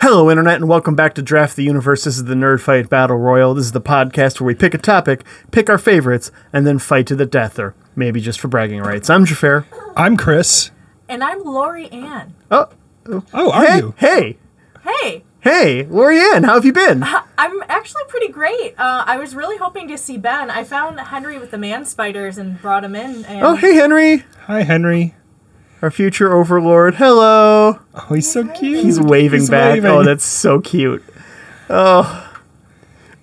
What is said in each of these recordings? Hello, Internet, and welcome back to Draft the Universe. This is the Nerd Fight Battle Royal. This is the podcast where we pick a topic, pick our favorites, and then fight to the death, or maybe just for bragging rights. I'm Jafar. I'm Chris. And I'm Lori Ann. Oh, are Hey, you? hey, Hey, hey, Lori Ann, how have you been? I'm actually pretty great. Uh, I was really hoping to see Ben. I found Henry with the man spiders and brought him in. And Oh, hey, Henry, Hi, Henry. our future overlord. Hello. Oh, he's so cute. He's waving back. waving. Oh, that's so cute. Oh,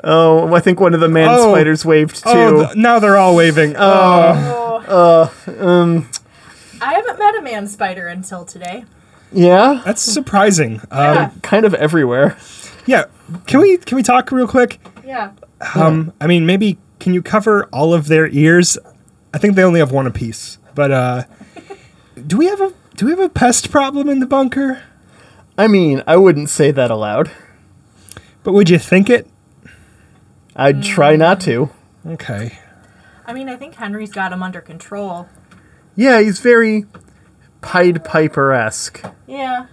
oh, I think one of the man Oh. spiders waved too. Oh, th- now they're all waving. Uh, Oh, Oh. um, I haven't met a man spider until today. yeah, that's surprising. Um, kind of everywhere. yeah. Can we can we talk real quick? Yeah. Um, I mean, maybe can you cover all of their ears? I think they only have one apiece. But uh, do we have a do we have a pest problem in the bunker? I mean, I wouldn't say that aloud. But would you think it? I'd try not to. Okay. I mean, I think Henry's got him under control. Yeah, he's very Pied Piper esque. Yeah.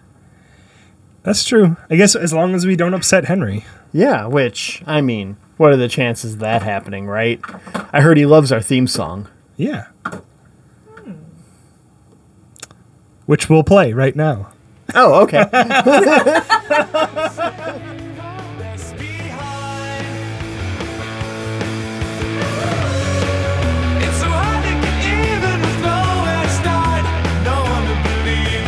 That's true. I guess as long as we don't upset Henry. Yeah, which, I mean, what are the chances of that happening, right? I heard he loves our theme song. Yeah. Which we'll play right now. Oh, okay. left behind. It's so hard to get even with nowhere to start, no one to believe.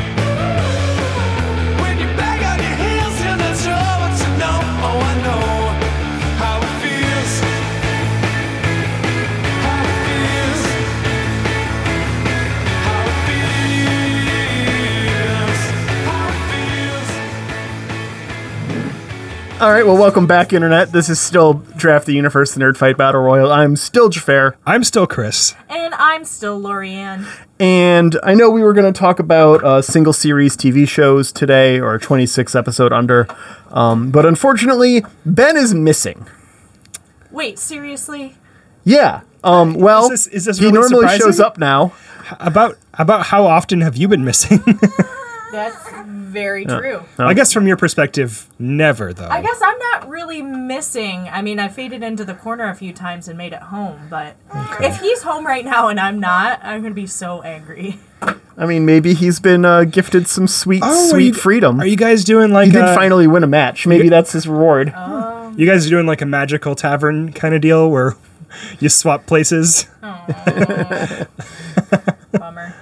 When you're back on your heels, you're not sure what you know. Oh, I know how it feels. How it feels. How it feels. How it feels. All right, well, welcome back, Internet. This is still Draft the Universe, the Nerd Fight Battle Royal. I'm still Jafar. I'm still Chris. And I'm still Lori Ann. And I know we were going to talk about uh, single series TV shows today, or 26 episode under. Um, but unfortunately, Ben is missing. Wait, seriously? Yeah. Um, well, Is this- is this he really normally surprising? shows up now. About about how often have you been missing? That's very true. I guess from your perspective, never though. I guess I'm not really missing. I mean, I faded into the corner a few times and made it home, but if he's home right now and I'm not, I'm going to be so angry. I mean, maybe he's been uh, gifted some sweet, Oh, are sweet you- freedom. Are you guys doing like he did a, finally win a match. Maybe that's his reward. you guys are doing like a magical tavern kind of deal where you swap places? Bummer.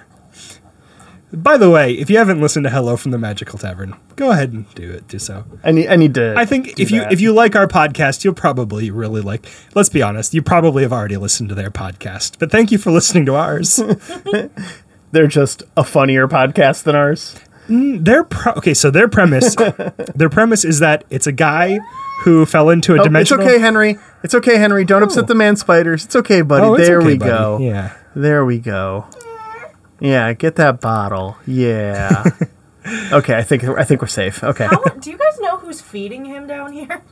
By the way, if you haven't listened to Hello from the Magical Tavern, go ahead and do it. Do so. I need, I need to. I think do if you that. if you like our podcast, you'll probably really like. Let's be honest, you probably have already listened to their podcast, but thank you for listening to ours. they're just a funnier podcast than ours. their pro- okay, so their premise, their premise is that it's a guy who fell into Oh, a it's dimensional. okay, Henry. It's okay, Henry. Don't upset the man spiders. Oh. It's okay, buddy. Oh, it's there okay, we buddy. go. Yeah. There we go. Yeah, get that bottle. Yeah. okay, I think I think we're safe. Okay. How, do you guys know who's feeding him down here?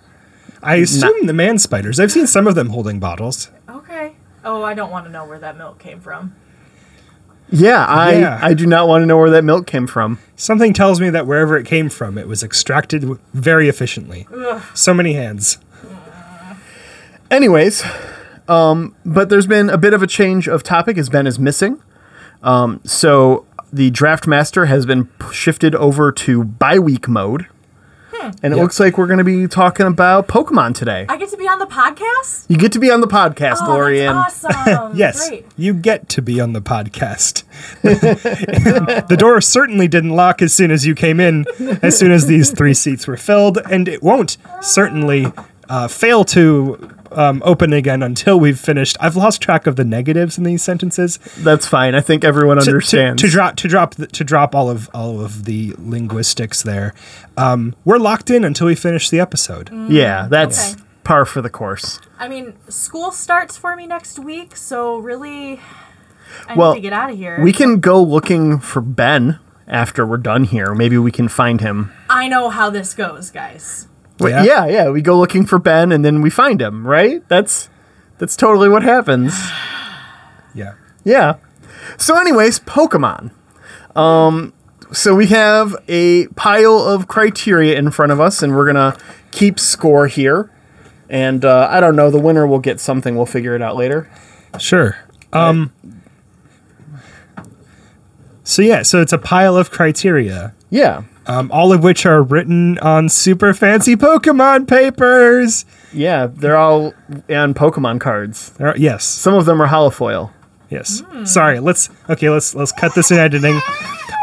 I assume the man spiders. I've seen some of them holding bottles. Okay. Oh, I don't want to know where that milk came from. Yeah, I Yeah. I do not want to know where that milk came from. Something tells me that wherever it came from, it was extracted w- very efficiently. So many hands. Anyways, um, but there's been a bit of a change of topic as Ben is missing. Um, so the draft master has been p- shifted over to bi week mode. And it Yep. looks like we're going to be talking about Pokemon today. Hmm. I get to be on the podcast? You get to be on the podcast, Oh, Lori. and that's awesome. Yes, Oh, Great. you get to be on the podcast. the door certainly didn't lock as soon as you came in, as soon as these three seats were filled, and it won't certainly uh, fail to um, open again until we've finished. I've lost track of the negatives in these sentences. That's fine. I think everyone to- to- understands. to, drop to drop the, to drop all of all of the linguistics there. Um, we're locked in until we finish the episode. yeah, that's Okay. par for the course. I mean, school starts for me next week, so really, I Well, need to get out of here. We can go looking for Ben after we're done here. Maybe we can find him. I know how this goes, guys. Wait, Yeah. yeah, yeah. We go looking for Ben, and then we find him. Right? That's that's totally what happens. Yeah. Yeah. So, anyways, Pokemon. Um, so we have a pile of criteria in front of us, and we're gonna keep score here. And uh, I don't know, the winner will get something. We'll figure it out later. Sure. Um, so yeah, so it's a pile of criteria, Yeah, um, all of which are written on super fancy Pokemon papers. yeah, they're all on Pokemon cards. There are- yes, Some of them are holofoil. yes. Hmm. Sorry. Let's okay. Let's let's cut this in editing.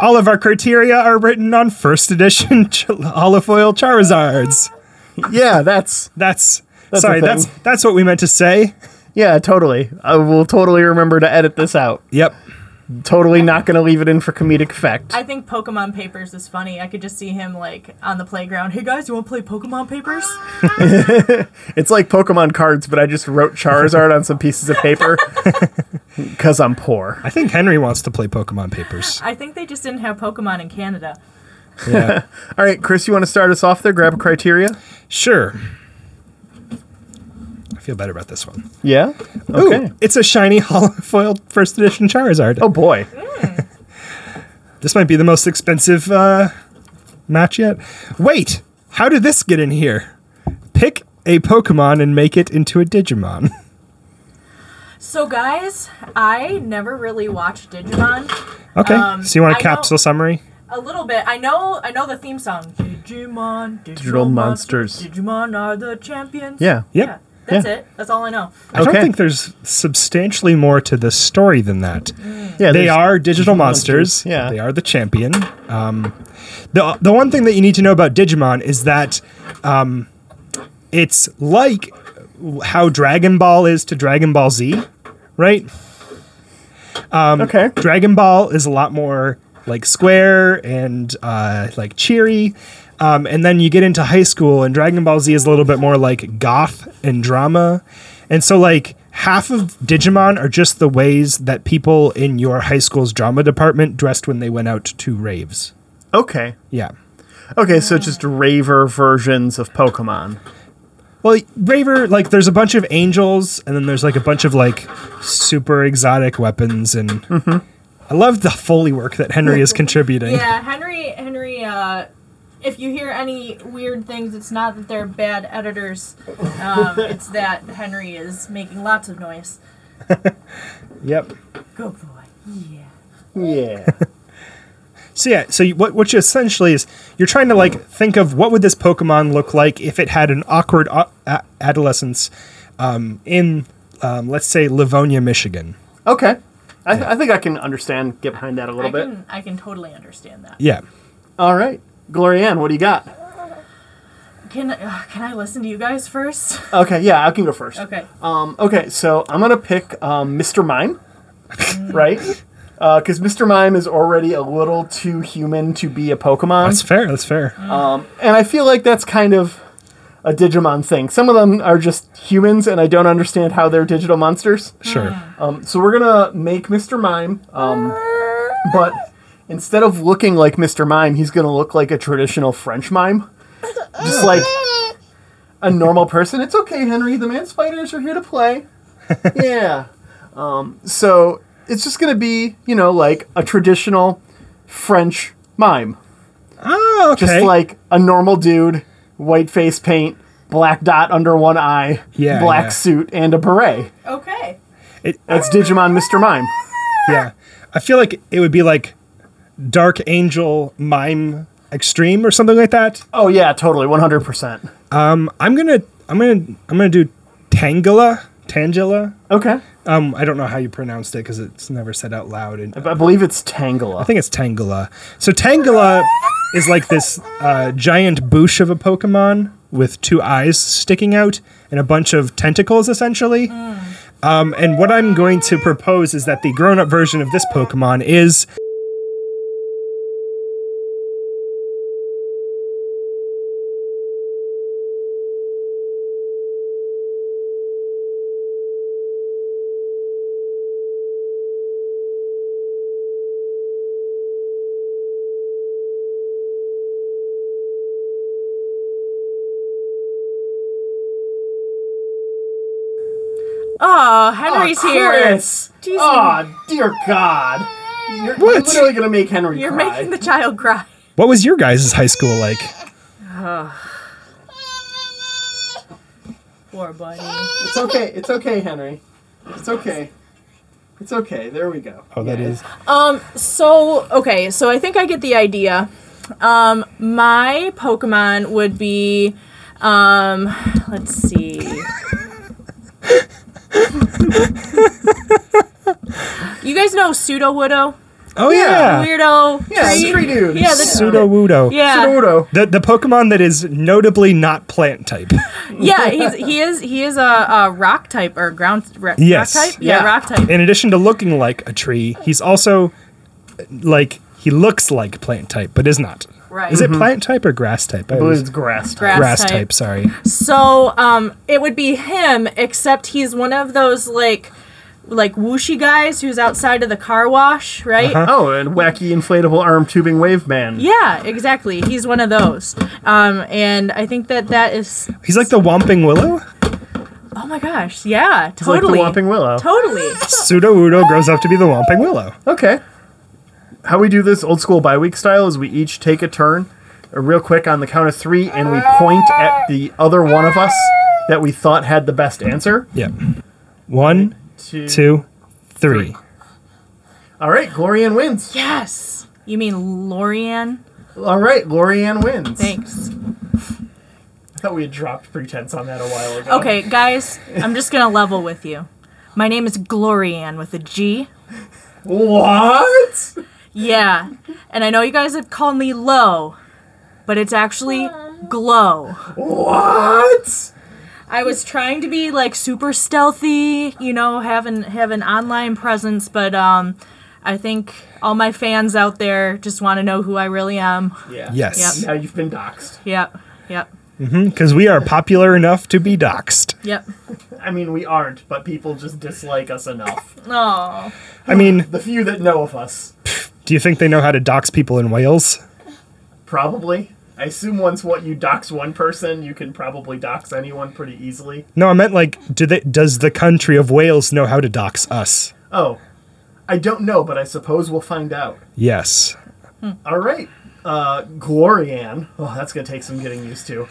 All of our criteria are written on first edition Ch- Olifoil Charizards. Yeah, that's That's, That's a sorry. thing. That's that's what we meant to say. yeah, totally. I will totally remember to edit this out. Yep. Totally not gonna leave it in for comedic effect. I think Pokemon Papers is funny. I could just see him like on the playground. Hey guys, you want to play Pokemon Papers? It's like Pokemon cards, but I just wrote Charizard on some pieces of paper because I'm poor. I think Henry wants to play Pokemon Papers. I think they just didn't have Pokemon in Canada. Yeah. All right, Chris, you want to start us off there? Grab a criteria. sure. I feel better about this one. Yeah. Ooh, Okay. it's a shiny holofoil first edition Charizard. Oh boy. This might be the most expensive uh, match yet. Wait, how did this get in here? Pick a Pokemon and make it into a Digimon. So guys, I never really watched Digimon. Okay, Um, so you want I a know- capsule summary? A little bit. I know. I know the theme song. Digimon, Digimon Digital monsters. Digimon are the champions. Yeah. Yep. Yeah, that's Yeah. it. That's all I know. I don't Okay. think there's substantially more to this story than that. Mm, Yeah. they there's- are digital monsters. monsters, yeah. they are the champion. Um, the the one thing that you need to know about Digimon is that um, it's like how Dragon Ball is to Dragon Ball Z, right? Okay. Dragon Ball is a lot more like square and uh, like cheery. Um, and then you get into high school, and Dragon Ball Z is a little bit more like goth and drama. And so, like, half of Digimon are just the ways that people in your high school's drama department dressed when they went out to raves. Okay. Yeah. Okay. So just raver versions of Pokemon. Well, Raver, like, there's a bunch of angels, and then there's like a bunch of like super exotic weapons. And I love the Foley work that Henry is contributing. Yeah, Henry. Henry. Uh, if you hear any weird things, it's not that they're bad editors. Um, it's that Henry is making lots of noise. Yep. Good boy. Yeah. Yeah. So yeah, so you, what what you essentially is you're trying to like think of what would this Pokemon look like if it had an awkward o- a- adolescence um, in um, let's say Livonia, Michigan. okay. I, I think I can understand. Get behind that a little I bit. can. I can totally understand that. Yeah. All right, Gloria Ann, what do you got? Can uh, Can I listen to you guys first? Okay. Yeah, I can go first. Okay. Um, okay, so I'm gonna pick um, Mr. Mime, right? Because Mr. Mime is already a little too human to be a Pokemon, That's fair. That's fair. and I feel like that's kind of a Digimon thing. Some of them are just humans, and I don't understand how they're digital monsters. sure. Um, so we're gonna make Mr. Mime, um, but instead of looking like Mr. Mime, he's gonna look like a traditional French mime, just like a normal person. It's okay, Henry. The man spiders are here to play. Yeah. Um, so it's just gonna be, you know, like a traditional French mime, Oh, okay. just like a normal dude, white face paint, black dot under one eye, Yeah, black yeah. suit, and a beret. Okay. It- That's Digimon Mr. Mime. yeah. I feel like it would be like Dark Angel Mime Extreme or something like that. Oh yeah, totally, one hundred percent. I'm gonna I'm gonna I'm gonna do Tangela Tangela. Okay, Um, I don't know how you pronounced it because it's never said out loud. And I believe it's Tangela. I think it's Tangela. So Tangela is like this uh, giant boosh of a Pokemon with two eyes sticking out and a bunch of tentacles, essentially. Um, and what I'm going to propose is that the grown up version of this Pokemon is. Oh, Henry's here. Chris. Jeez, Oh dear God! You're What? literally gonna make Henry You're cry. making the child cry. What was your guys' high school like? Poor buddy. It's okay. It's okay, Henry. It's okay. It's okay. There we go. Oh, that is. Um, so okay, so I think I get the idea. Um, my Pokemon would be um let's see. you guys know Pseudo Widow? Oh yeah, Weirdo. Yeah, tree? tree dude. Yeah, the- pseudo wudo. Yeah. Pseudo. The the Pokemon that is notably not plant type. yeah, he's, he is he is a, a rock type or ground ra- Yes. rock type. Yeah, Yeah. rock type. In addition to looking like a tree, he's also like he looks like plant type, but is not. Right. Is it plant type or grass type? I I believe always- it's grass. type. Grass grass type. type. Sorry. So um, it would be him, except he's one of those like like whooshy guys who's outside of the car wash, right? Oh, and wacky inflatable arm tubing wave man. Yeah, exactly. He's one of those, um, and I think that that is. He's like the Whomping Willow. Oh my gosh! Yeah, It's like the totally. Whopping Willow. Totally. Pseudo Wudo grows up to be the Whomping Willow. Okay. How we do this old school bi week style is we each take a turn, uh, real quick on the count of three, and we point at the other one of us that we thought had the best answer. Yep. One, Two. two, three. All right, Glorianne wins. Yes. You mean Lorian? All right, Glorianne wins. Thanks. I thought we had dropped pretense on that a while ago. Okay, guys, I'm just gonna level with you. My name is Glorian with a G. What? Yeah, and I know you guys have called me low, but it's actually glow. What? I was trying to be like super stealthy, you know, having have an online presence, but um, I think all my fans out there just want to know who I really am. Yeah. Yes. Now you've been doxxed. Yep, yep, Because we are popular enough to be doxxed. yep. I mean, we aren't, but people just dislike us enough. Oh, I mean, the few that know of us, do you think they know how to dox people in Wales? probably. I assume once what you dox one person, you can probably dox anyone pretty easily. No, I meant like, do they, does the country of Wales know how to dox us? Oh, I don't know, but I suppose we'll find out. Yes. All right, uh, Glorianne. Oh, that's gonna take some getting used to.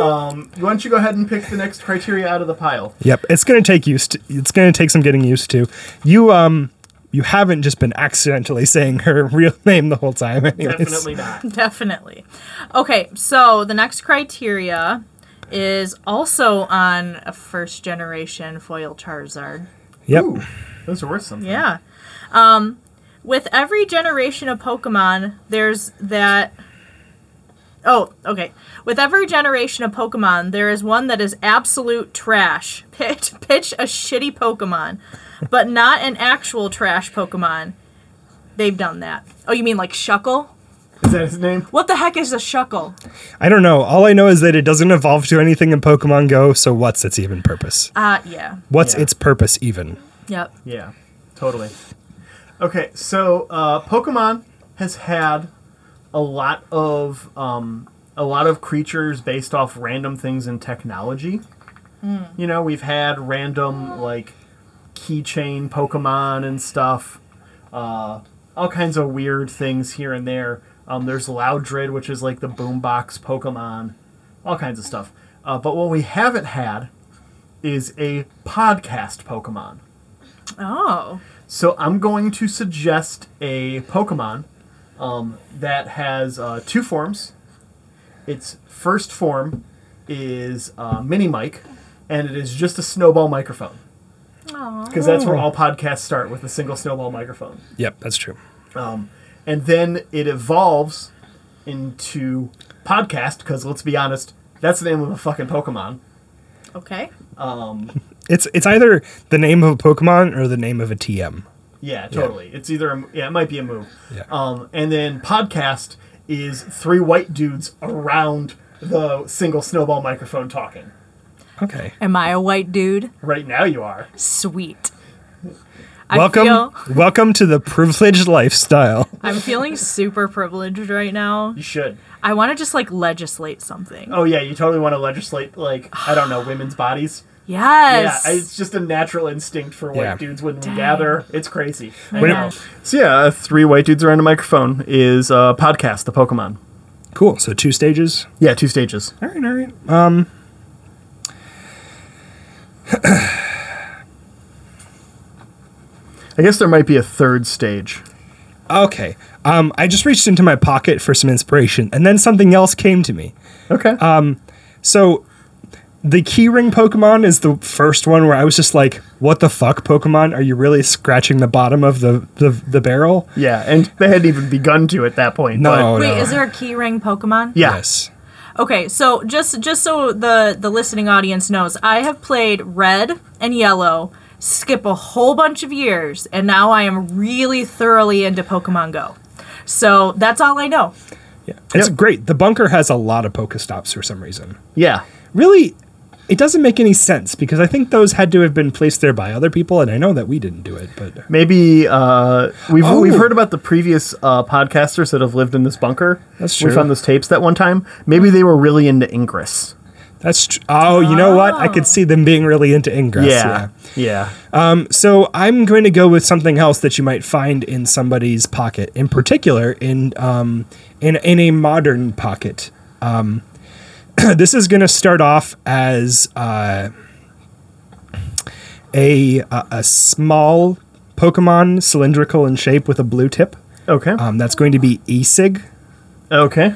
Um, why don't you go ahead and pick the next criteria out of the pile? Yep. It's gonna take used. To, it's gonna take some getting used to. You um, you haven't just been accidentally saying her real name the whole time. Anyways. Definitely not. definitely. Okay, so the next criteria is also on a first generation foil Charizard. Yep. Ooh, those are worth something. Yeah. Um, with every generation of Pokemon, there's that. Oh, okay. With every generation of Pokemon, there is one that is absolute trash. Pitch, pitch a shitty Pokemon, but not an actual trash Pokemon. They've done that. Oh, you mean like Shuckle? Is that his name? What the heck is a Shuckle? I don't know. All I know is that it doesn't evolve to anything in Pokemon Go. So what's its even purpose? Ah, yeah. What's Yeah. its purpose even? Yep. Yeah, totally. Okay, so uh, Pokemon has had a lot of um, a lot of creatures based off random things in technology. You know, we've had random like keychain Pokemon and stuff. Uh, all kinds of weird things here and there. Um, there's Loudred, which is like the boombox Pokemon. All kinds of stuff. Uh, but what we haven't had is a podcast Pokemon. Oh. So I'm going to suggest a Pokemon um, that has uh, two forms. Its first form is uh, Mini Mic, and it is just a snowball microphone. Because that's where all podcasts start with a single snowball microphone. Yep, that's true. And then it evolves into podcast, because let's be honest, that's the name of a fucking Pokemon. Okay. It's it's either the name of a Pokemon or the name of a TM. Yeah, totally. It's either a, yeah, it might be a move. Yeah. Um, and then podcast is three white dudes around the single snowball microphone talking. Okay. Am I a white dude? Right now, you are. Sweet. welcome, I feel, welcome to the privileged lifestyle. I'm feeling super privileged right now. You should. I want to just like legislate something. Oh yeah, you totally want to legislate like I don't know women's bodies. Yeah, Yes. it's just a natural instinct for white Yeah. dudes when we Dang. gather. It's crazy. I When it- know. So yeah, uh, three white dudes around a microphone is a podcast, the Pokemon. Cool. So two stages. Yeah, two stages. All right, all right. Um, I guess there might be a third stage. okay. Um, I just reached into my pocket for some inspiration, and then something else came to me. Okay. So the keyring Pokemon is the first one where I was just like, what the fuck, Pokemon? Are you really scratching the bottom of the, the, the barrel? yeah, and they hadn't even begun to at that point. No. but- Wait, is there a key ring Pokemon? yeah. Yes. Okay, so just just so the the listening audience knows, I have played red and yellow, skip a whole bunch of years, and now I am really thoroughly into Pokemon Go. So that's all I know. It's Yep. great. The bunker has a lot of Pokestops for some reason. Yeah. Really, it doesn't make any sense because I think those had to have been placed there by other people, and I know that we didn't do it, but Maybe uh, we've Oh. we've heard about the previous uh, podcasters that have lived in this bunker. That's We true. found those tapes that one time. Maybe they were really into Ingress. that's tr- oh, you know what? I could see them being really into Ingress. Yeah. Yeah. So I'm going to go with something else that you might find in somebody's pocket, in particular in um, in in a modern pocket. Um, this is going to start off as uh, a a a small Pokemon, cylindrical in shape with a blue tip. Okay. Um, that's going to be Easig. okay.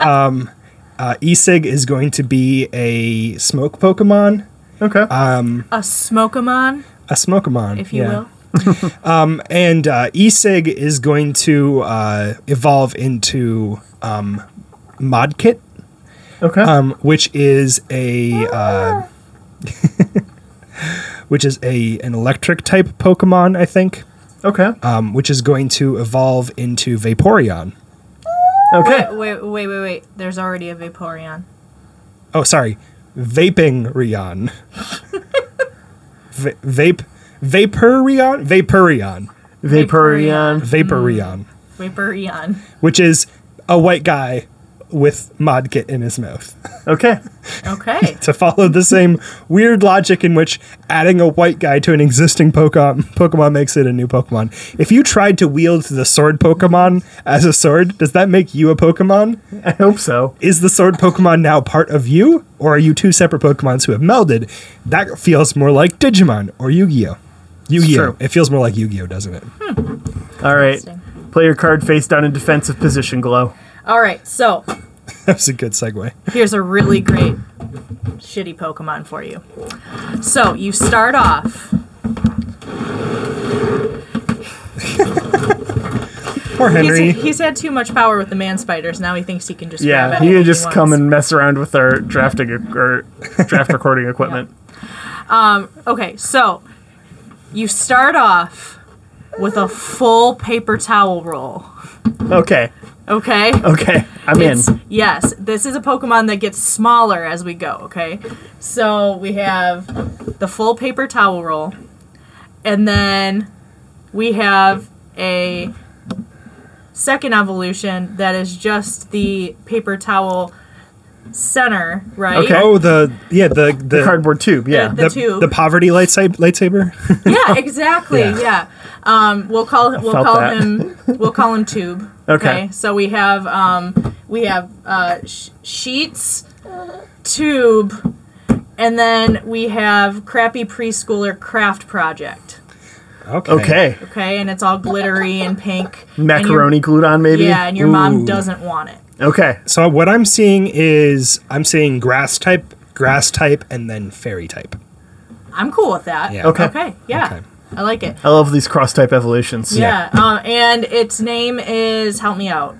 Uh, Easig is going to be a smoke Pokemon, Okay. uh, A Smokemon, a Smokemon, if you yeah. will. and uh, Esig is going to uh, evolve into um, Modkit, okay. um, which is a uh, which is a an electric type Pokemon, I think, okay. um, which is going to evolve into Vaporeon. okay. Wait, wait, wait, wait. There's already a Vaporeon. Oh, sorry, Vaping Rion. Va- vape, Vaporeon, Vaporeon, Vaporeon. Vaporeon, Vaporeon. which is a white guy with Modkit in his mouth. Okay. Okay. to follow the same weird logic in which adding a white guy to an existing Pokemon, Pokemon makes it a new Pokemon. If you tried to wield the sword Pokemon as a sword, does that make you a Pokemon? I hope so. Is the sword Pokemon now part of you, or are you two separate Pokemons who have melded? That feels more like Digimon or Yu Gi Oh! Yu Gi true. Oh! It feels more like Yu Gi Oh! doesn't it? All right. Interesting. Play your card face down in defensive position, Glow. All right. So That's a good segue. here's a really great shitty Pokemon for you. So you start off. Poor Henry. He's, he's had too much power with the man spiders. Now he thinks he can just grab Yeah, anything he can just wants. come and mess around with our drafting e- or draft recording equipment. Okay, so you start off with a full paper towel roll. Okay, Okay. okay, I'm It's- in. Yes, this is a Pokemon that gets smaller as we go, okay? So we have the full paper towel roll, and then we have a second evolution that is just the paper towel center, right? Okay. Oh, the yeah, the the, The cardboard tube, yeah. the tube. the poverty lightsab- lightsaber. Yeah, exactly. Yeah. Yeah. Um, we'll call we'll felt call that. him we'll call him Tube. Okay. So we have um, we have uh, sh- sheets, Tube, and then we have crappy preschooler craft project. Okay. okay, Okay, and it's all glittery and pink. and your- macaroni glued on, maybe? yeah, and your Ooh. mom doesn't want it. Okay, So what I'm seeing is I'm seeing grass type, grass type, and then fairy type. I'm cool with that. Yeah. Okay. Okay. Yeah. Okay. I like it. I love these cross type evolutions. Yeah. Um, and its name is help me out.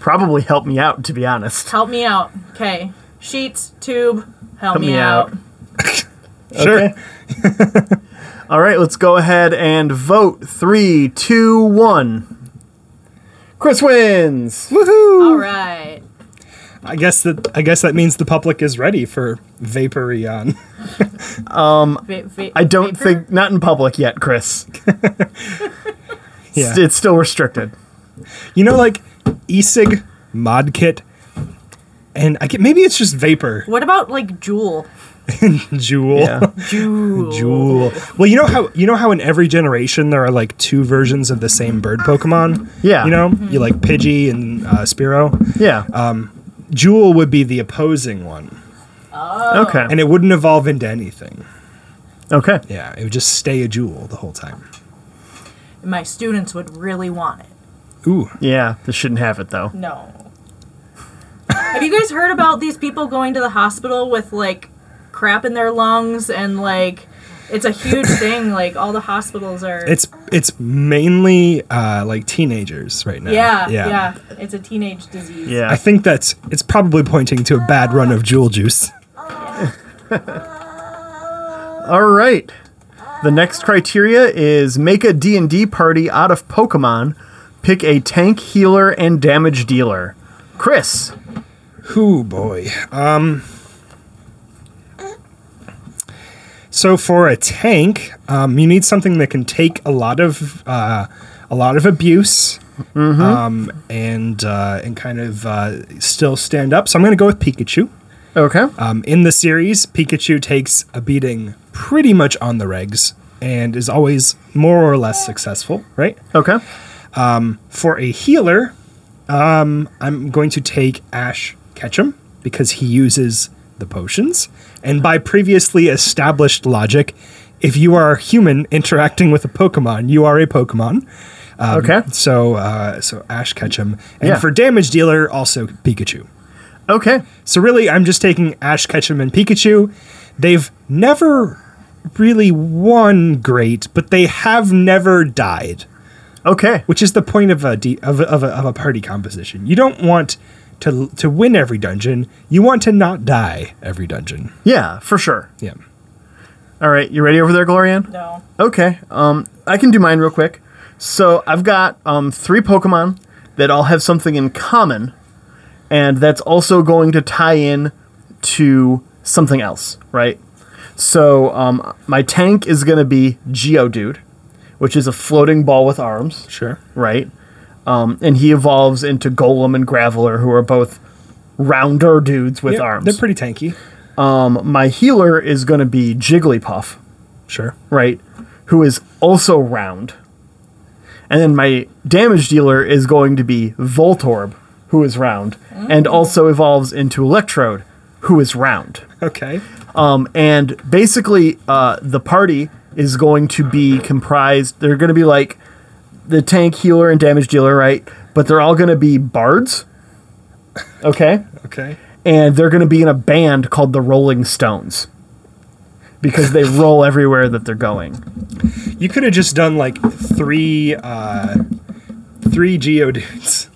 Probably help me out, to be honest. Help me out. Okay. Sheets, tube, help, me, me out. Sure. Okay. All right, let's go ahead and vote. Three, two, one. Chris wins! Woohoo! All right. I guess that I guess that means the public is ready for Vaporeon. Va- va- I don't vapor? think, not in public yet, Chris. yeah. It's still restricted. E You know, like Esig, Modkit, And I get maybe it's just vapor. What about like Jewel? Jewel. Yeah. Jewel. Jewel. Well, you know how you know how in every generation there are like two versions of the same bird Pokemon. Yeah. You know, Mm-hmm. Uh, you like Pidgey and uh, Spiro. Yeah. Jewel would be the opposing one, okay. and it wouldn't evolve into anything. Oh. okay. Yeah, it would just stay a jewel the whole time. My students would really want it. Ooh, Yeah. They shouldn't have it though. No. Have you guys heard about these people going to the hospital with like crap in their lungs and like it's a huge thing. Like all the hospitals are. it's it's mainly uh, like teenagers right now. yeah, yeah, It's a teenage disease. Yeah. I think that's it's probably pointing to a bad run of jewel juice. All right. The next criteria is make a D&D party out of Pokemon. Pick a tank, healer, and damage dealer. Chris. Ooh boy. Um. So for a tank, um, you need something that can take a lot of uh, a lot of abuse, um, and uh, and kind of uh, still stand up. So I'm going to go with Pikachu. Okay. Um, in the series, Pikachu takes a beating pretty much on the regs and is always more or less successful, right? Okay. For a healer, um, I'm going to take Ash Ketchum because he uses the potions. And by previously established logic, if you are a human interacting with a Pokemon, you are a Pokemon. okay. So, uh, so Ash Ketchum. And Yeah. for damage dealer, also Pikachu. Okay. So really, I'm just taking Ash Ketchum and Pikachu. They've never really won great, but they have never died, Okay. which is the point of a de- of, a, of, a, of a party composition. You don't want to to win every dungeon. You want to not die every dungeon. Yeah, for sure. Yeah. All right. You ready over there, Glorian? No. Okay. Um, I can do mine real quick. So I've got um, three Pokemon that all have something in common, and that's also going to tie in to something else, right? So um, my tank is going to be Geodude, which is a floating ball with arms, Sure. right? Um, and he evolves into Golem and Graveler, who are both rounder dudes with Yeah, arms. They're pretty tanky. my healer is going to be Jigglypuff Sure. right, who is also round. And then my damage dealer is going to be Voltorb, who is round, and also evolves into Electrode, who is round. Okay. Um, and basically, uh, the party is going to be comprised, they're going to be like the tank, healer, and damage dealer, right? But they're all going to be bards. Okay? Okay. and they're going to be in a band called the Rolling Stones because they roll everywhere that they're going. You could have just done like three uh, three Geodudes.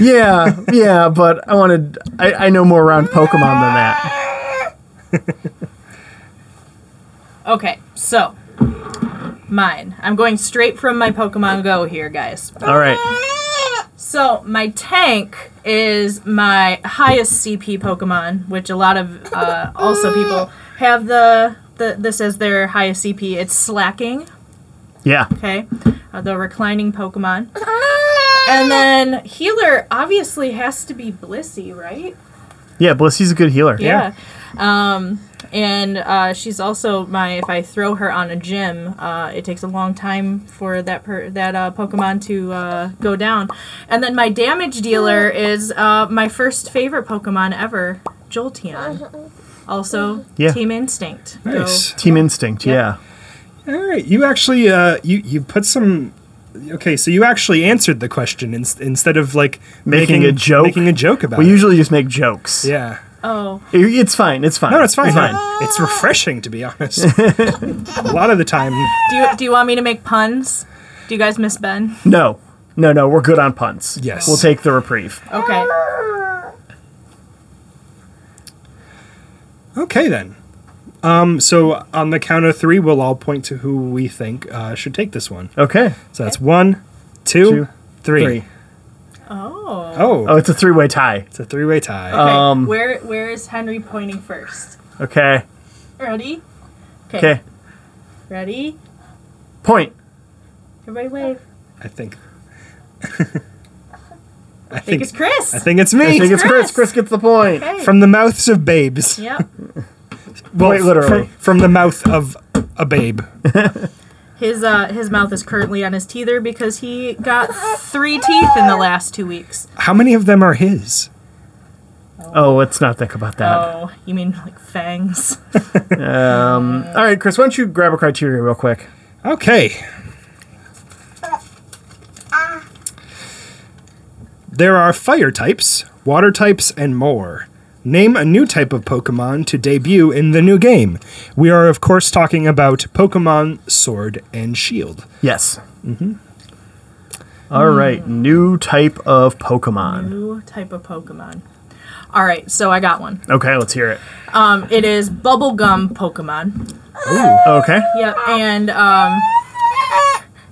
Yeah, yeah, but I wanted I, I know more around Pokemon than that. Okay, so mine. I'm going straight from my Pokemon Go here, guys. All right. So my tank is my highest CP Pokemon, which a lot of uh, also people have the, the this as their highest CP. It's slacking, Yeah. okay, uh, the reclining Pokemon. And then healer obviously has to be Blissey, right? Yeah, Blissey's a good healer. Yeah. Um, and uh, she's also my. If I throw her on a gym, uh, it takes a long time for that per- that uh, Pokemon to uh, go down. And then my damage dealer is uh, my first favorite Pokemon ever, Jolteon. Also, Yeah. Team Instinct. Go- Nice. Team Instinct, yeah. All right, you actually uh, you you put some. Okay, so you actually answered the question in, instead of like Making a joke? making a joke about We it. usually just make jokes. yeah, oh, It- It's fine. It's fine. no, it's fine. It's fine. It's refreshing to be honest. a lot of the time, do you do you want me to make puns? Do you guys miss Ben? No. No, no, we're good on punts. Yes. We'll take the reprieve. Okay. okay then. Um, so on the count of three, we'll all point to who we think uh, should take this one. Okay. So that's one, two, three. Two, Three. Oh. Oh, Oh, it's a three-way tie. it's a three-way tie. Okay. Um, where where is Henry pointing first? Okay. Ready? Okay. Ready? Point. Everybody wave. I think. I I think think, it's Chris. I think it's me. I think it's Chris. Chris. Chris gets the point. Okay. from the mouths of babes. Yep. Well, Quite literally. From, from the mouth of a babe. His uh his mouth is currently on his teether because he got three teeth in the last two weeks. How many of them are his? Oh, let's not think about that. Uh-huh. Oh, you mean like fangs? Oh. All right, Chris, why don't you grab a criteria real quick? Okay. There are fire types, water types, and more. Name a new type of Pokemon to debut in the new game. We are, of course, talking about Pokemon Sword and Shield. Yes. Mm-hmm. right, new type of Pokemon. New type of Pokemon. All right, so I got one. Okay, let's hear it. Um, it is bubblegum Pokemon. Okay. Yep, and um,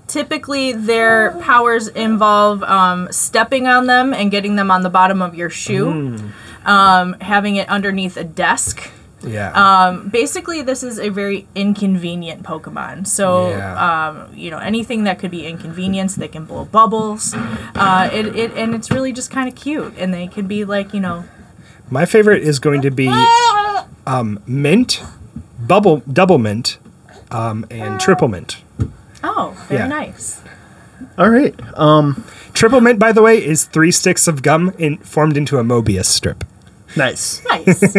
typically their powers involve um, stepping on them and getting them on the bottom of your shoe, Mm. um, having it underneath a desk. Yeah. Um, basically, this is a very inconvenient Pokemon. So, Yeah. um, you know, anything that could be inconvenience, they can blow bubbles. Uh, it, it and it's really just kind of cute, and they can be like, you know, My favorite is going to be um, Mint, Bubble, Double Mint, um, and Triple Mint. oh, very Yeah. nice. All right. Uh, Triple Mint, by the way, is three sticks of gum in, formed into a Mobius strip. nice. Nice.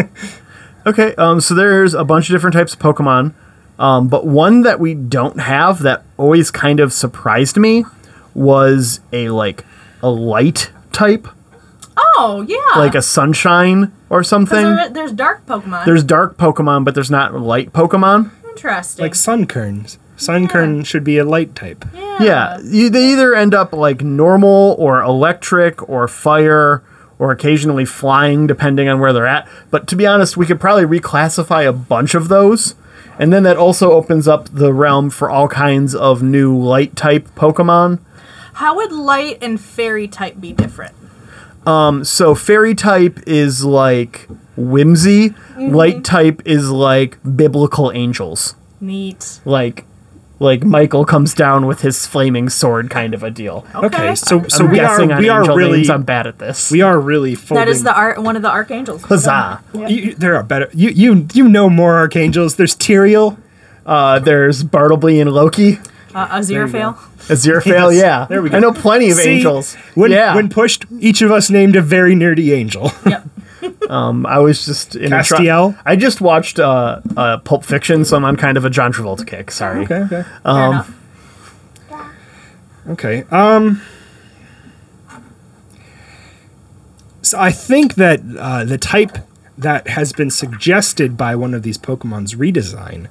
Okay, um, so there's a bunch of different types of Pokemon, um, but one that we don't have that always kind of surprised me was a like a light type, oh, yeah. like a sunshine or something. There's, there's dark Pokemon. There's dark Pokemon, but there's not light Pokemon. interesting. Like Sunkerns. Sunkern should be a light type. Yeah, you, they either end up like normal or electric or fire or occasionally flying, depending on where they're at. But to be honest, we could probably reclassify a bunch of those. And then that also opens up the realm for all kinds of new light type Pokemon. How would light and fairy type be different? So fairy type is like whimsy, Mm-hmm. light type is like biblical angels. Neat. Like like Michael comes down with his flaming sword kind of a deal. Okay, so so I'm we are guessing on we are angel really names, I'm bad at this. we are really folding. that is the art one of the archangels. Huzzah. You, you- there are better. You you you know more archangels. There's Tyrael. Uh, there's Bartleby and Loki. Uh, Aziraphale. Aziraphale, Yes. yeah. There we go. I know plenty of See, angels. When yeah. when pushed, each of us named a very nerdy angel. Yep. um, I was just in a Castiel? tr- I just watched uh, uh, Pulp Fiction, so I'm on kind of a John Travolta kick. Sorry. okay. Fair enough. Okay. Um. So I think that uh, the type that has been suggested by one of these Pokemon's redesign.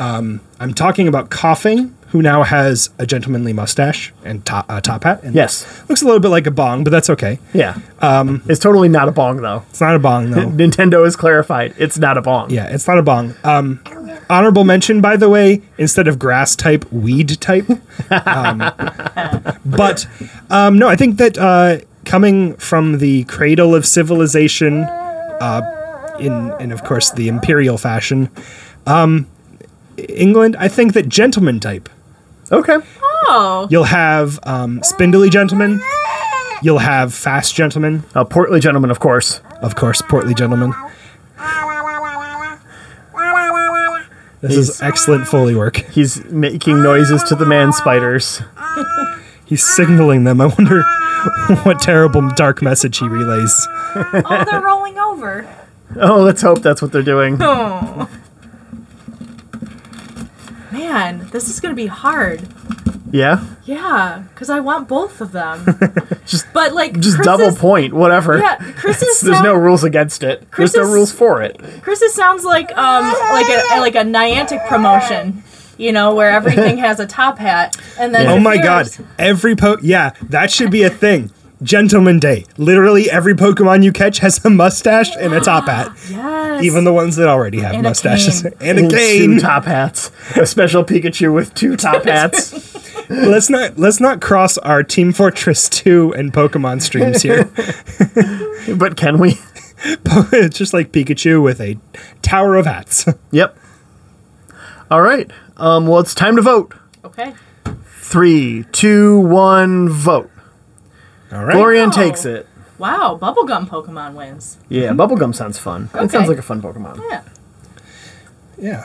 Um, I'm talking about coughing, who now has a gentlemanly mustache and top, uh, top hat. And Yes. looks a little bit like a bong, but that's okay. Yeah. Um, it's totally not a bong, though. It's not a bong though. Nintendo has clarified it's not a bong. Oh. yeah, it's not a bong. Um, honorable mention, by the way, instead of grass type, weed type. Um, but um, no, I think that uh, coming from the cradle of civilization, uh, in and of course the imperial fashion, um, England. I think that gentleman type. Okay. Oh, You'll have um, spindly gentlemen. You'll have fast gentlemen, A Uh, portly gentleman, of course. of course, portly gentlemen. This is excellent Foley work. He's making noises to the man spiders. He's signaling them. I wonder what terrible dark message he relays. oh, they're rolling over. Oh, let's hope that's what they're doing. Oh. Man, this is gonna be hard. Yeah. Yeah, because I want both of them. Just- but like Just Chris's- double point, whatever. Yeah, Chris's There's sound, no rules against it. Chris There's no is- rules for it. Chris's sounds like um like a like a Niantic promotion, you know, where everything has a top hat and then Oh my god. yours- Every po yeah, that should be a thing. Gentleman Day. Literally every Pokemon you catch has a mustache and a top hat. Yes. Even the ones that already have And a mustaches. cane. and a And cane. Two top hats. A special Pikachu with two top hats. Let's not let's not cross our Team Fortress 2 and Pokemon streams here. but can we? it's just like Pikachu with a tower of hats. Yep. All right. Um, well, it's time to vote. okay. Three, two, one, vote. All right. Glorian Oh. takes it. Wow, bubblegum Pokemon wins. Yeah, bubblegum sounds fun. That Okay. sounds like a fun Pokemon. Yeah.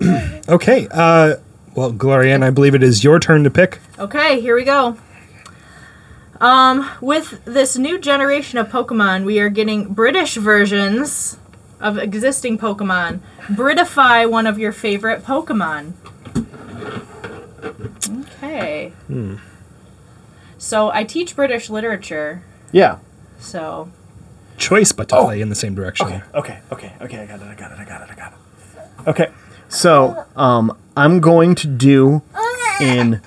Yeah. okay. Uh, well, Glorian, I believe it is your turn to pick. Okay, here we go. Um, with this new generation of Pokemon, we are getting British versions of existing Pokemon. Britify one of your favorite Pokemon. Okay. Hmm. So I teach British literature, Yeah. so Choice, but to play in the same direction. Oh. Okay. Okay. Okay. I got it. I got it. I got it. I got it. Okay. So um, I'm going to do an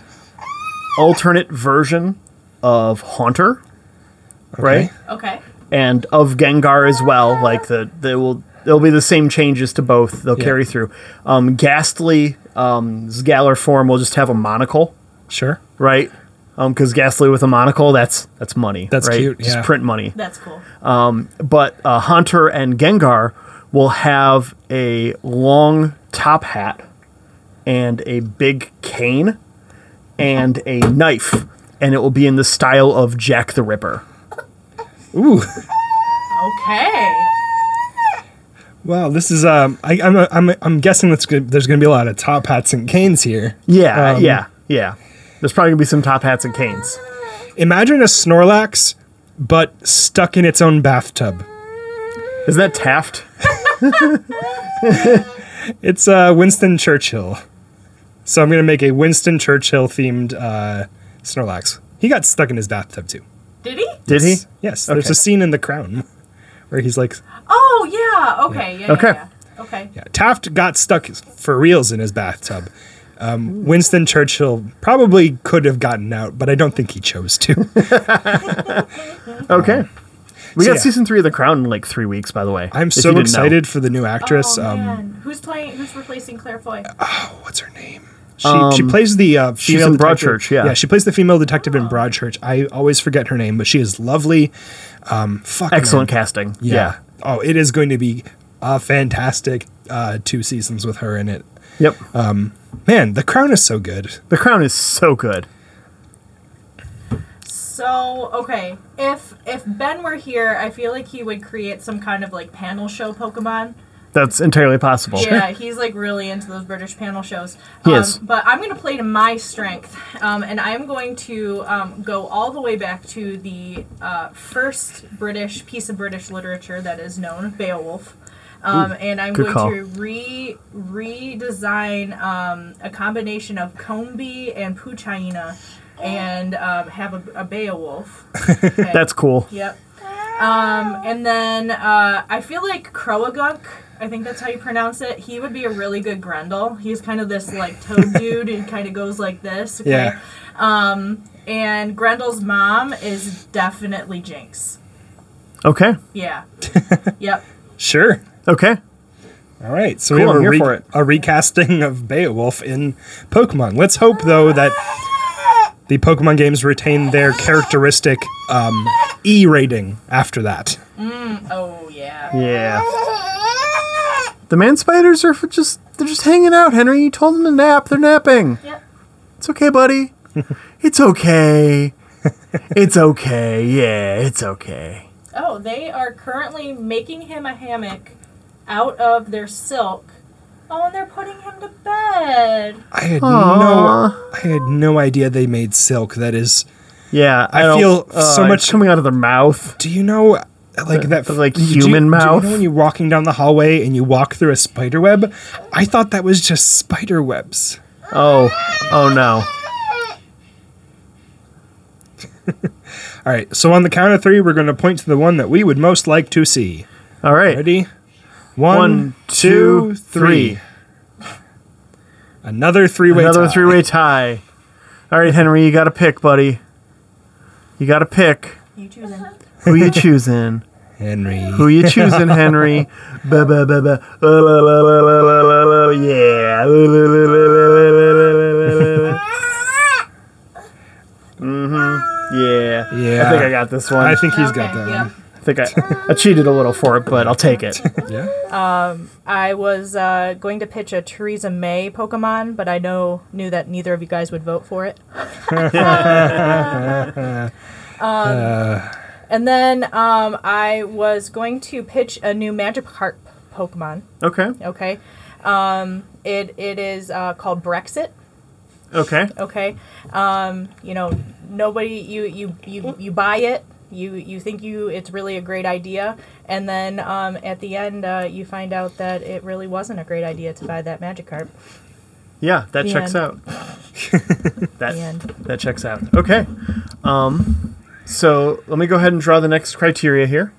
alternate version of Haunter, right? okay. and of Gengar as well. Like the they will they'll be the same changes to both. They'll carry through. Um, Ghastly um, Galar form will just have a monocle, Sure. right? Because Ghastly with a monocle, that's that's money. That's right? cute, Just yeah. print money. That's cool. But uh, Haunter and Gengar will have a long top hat and a big cane and a knife, and it will be in the style of Jack the Ripper. Ooh. Okay. Wow. This is. Um. I, I'm. I'm. I'm guessing that's good. There's going to be a lot of top hats and canes here. Yeah, Um, yeah, yeah. There's probably gonna be some top hats and canes. Imagine a Snorlax, but stuck in its own bathtub. Isn't that Taft? It's uh, Winston Churchill. So I'm going to make a Winston Churchill themed uh, Snorlax. He got stuck in his bathtub too. Did he? Did he? Yes. Okay. There's a scene in The Crown where he's like, Oh yeah. Okay. Yeah. yeah, Okay. Yeah, Okay. yeah, Taft got stuck for reals in his bathtub. Um, Winston Churchill probably could have gotten out, but I don't think he chose to. Okay. We Uh, So, got yeah. season three of The Crown in like three weeks, by the way. I'm if you so didn't know. excited for the new actress. oh um, man, who's playing? Who's replacing Claire Foy? what's her name? She, she plays the uh, female Um, she's in detective- Broadchurch, yeah. yeah, she plays the female detective in Broadchurch. I always forget her name, but she is lovely. Um, fuck, man. Excellent casting. Yeah. Oh, it is going to be a fantastic uh, two seasons with her in it. Yep. Uh, Man, The Crown is so good. the Crown is so good. So okay, if if Ben were here, I feel like he would create some kind of like panel show Pokemon. That's entirely possible. Yeah, he's like really into those British panel shows. He um, is. But I'm gonna play to my strength, um, and I'm going to um, go all the way back to the uh, first British piece of British literature that is known, Beowulf. Um, and I'm good going call. to re redesign um, a combination of Combi and Puchaina, and um, have a, a Beowulf. Okay. That's cool. Yep. Um, and then uh, I feel like Croagunk, I think that's how you pronounce it. He would be a really good Grendel. He's kind of this like toad dude who kind of goes like this. Okay? Yeah. And Grendel's mom is definitely Jinx. Okay. Yeah. yep. Sure. Okay. All right. So Cool, I'm we here have a, for re- it. a recasting of Beowulf in Pokemon. Let's hope, though, that the Pokemon games retain their characteristic um, E rating after that. Oh yeah. Yeah. The man spiders are for just they're just hanging out, Henry. You told them to nap. They're napping. Yep. It's okay, buddy. it's okay. It's okay. Yeah, it's okay. Oh, they are currently making him a hammock out of their silk. Oh, and they're putting him to bed. I had Oh, Aw. no, I had no idea they made silk. That is, Yeah, I don't- uh, feel so it's much- coming out of their mouth. do you know, like that, the, like, do you- human do you mouth? know when you're walking down the hallway and you walk through a spider web? I thought that was just spider webs. Oh, oh no. All right, so on the count of three, we're going to point to the one that we would most like to see. All right. Ready? One, two, three. Another three-way. Another tie. three way tie. All right, Henry, you got to pick, buddy. You got to pick. You choose him. Who you choosing? Henry. Who you choosing, Henry? Ba, ba, ba, ba. La, la, la, la, la, la, la, la, Yeah. La, la, la, la, la, la, la, la, la, la, la. Mm-hmm. Yeah. Yeah. I think I got this one. I think he's okay, got that. yep. I think I, I cheated a little for it, but I'll take it. One. Yeah. I was uh, going to pitch a Theresa May Pokemon, but I know knew that neither of you guys would vote for it. Um, And then um, I was going to pitch a new Magikarp Pokemon. Okay. Okay, um, it it is uh, called Brexit. Okay. Okay, um, you know nobody you you you you buy it. You you think you it's really a great idea, and then um, at the end uh, you find out that it really wasn't a great idea to buy that Magikarp. Yeah, that The checks end. out. The that end. that checks out. Okay. Um, so let me go ahead and draw the next criteria here.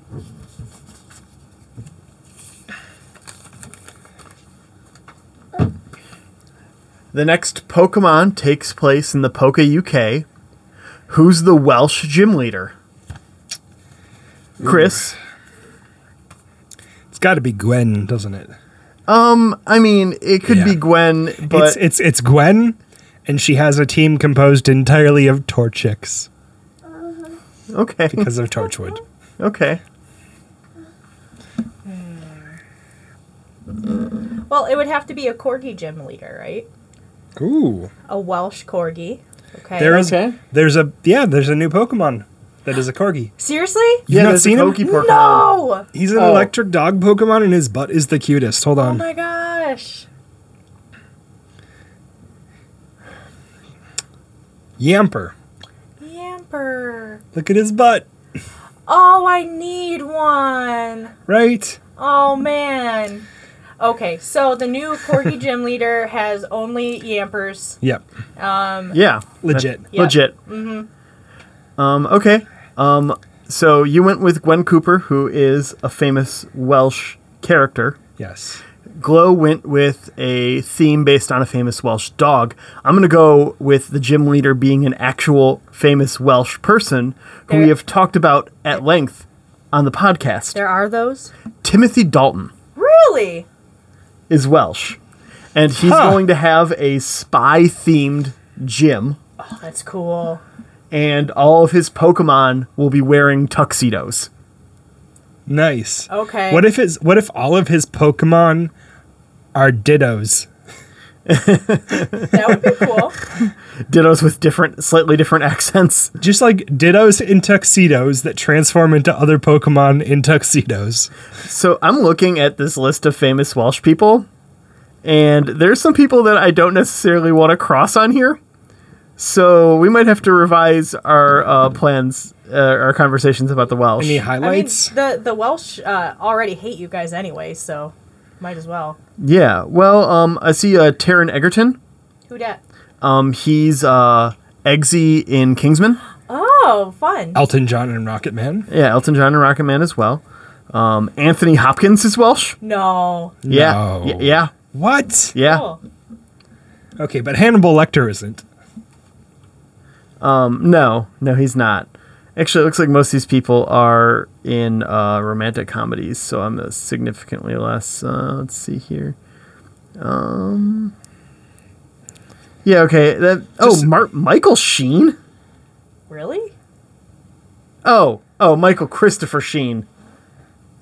The next Pokemon takes place in the Poke UK. Who's the Welsh gym leader? Chris. It's got to be Gwen, doesn't it? I mean, it could be Yeah. Gwen, but it's it's it's Gwen, and she has a team composed entirely of Torchics okay. because of Torchwood. Okay. Well, it would have to be a corgi gym leader, right? Ooh, A Welsh corgi. Okay. there is Okay. there's a yeah there's a new Pokemon that is a corgi. Seriously? You've not there's a seen him? Poke Pokemon. No! He's an Oh. electric dog Pokemon, and his butt is the cutest. Hold Oh on, my gosh. Yamper. Yamper. Look at his butt, Oh, I need one. right? Oh man. Okay, so the new corgi gym leader has only yampers. Yep, Yeah. legit. Yeah. Mm-hmm. Legit. Um, okay. Um, so you went with Gwen Cooper, who is a famous Welsh character. Yes. Glow went with a theme based on a famous Welsh dog. I'm going to go with the gym leader being an actual famous Welsh person who we There- have talked about at length on the podcast. There are those? Timothy Dalton Really? is Welsh, and he's Huh. going to have a spy themed gym. Oh, that's cool. and all of his Pokemon will be wearing tuxedos. Nice. Okay. What if his What if all of his Pokemon are Dittos? That would be cool. Dittos with different, slightly different accents. Just like Dittos in tuxedos that transform into other Pokemon in tuxedos. So I'm looking at this list of famous Welsh people, and there's some people that I don't necessarily want to cross on here. So we might have to revise our uh, plans, uh, our conversations about the Welsh. Any I mean, highlights? the, the Welsh uh, already hate you guys anyway, so might as well. yeah. Well, um, I see uh, Taron Egerton. Who dat? Um, he's uh, Eggsy in Kingsman. Oh, fun. Elton John and Rocket Man. Yeah, Elton John and Rocket Man as well. Um, Anthony Hopkins is Welsh. No. Oh. Yeah. No. Y- yeah. What? Yeah. Cool. Okay, but Hannibal Lecter isn't. No, no, he's not. Actually, it looks like most of these people are in uh, romantic comedies, so I'm uh, significantly less. Uh, let's see here. Um, yeah, okay. That, oh, Just- Mar- Michael Sheen? Really? Oh, oh, Michael Christopher Sheen.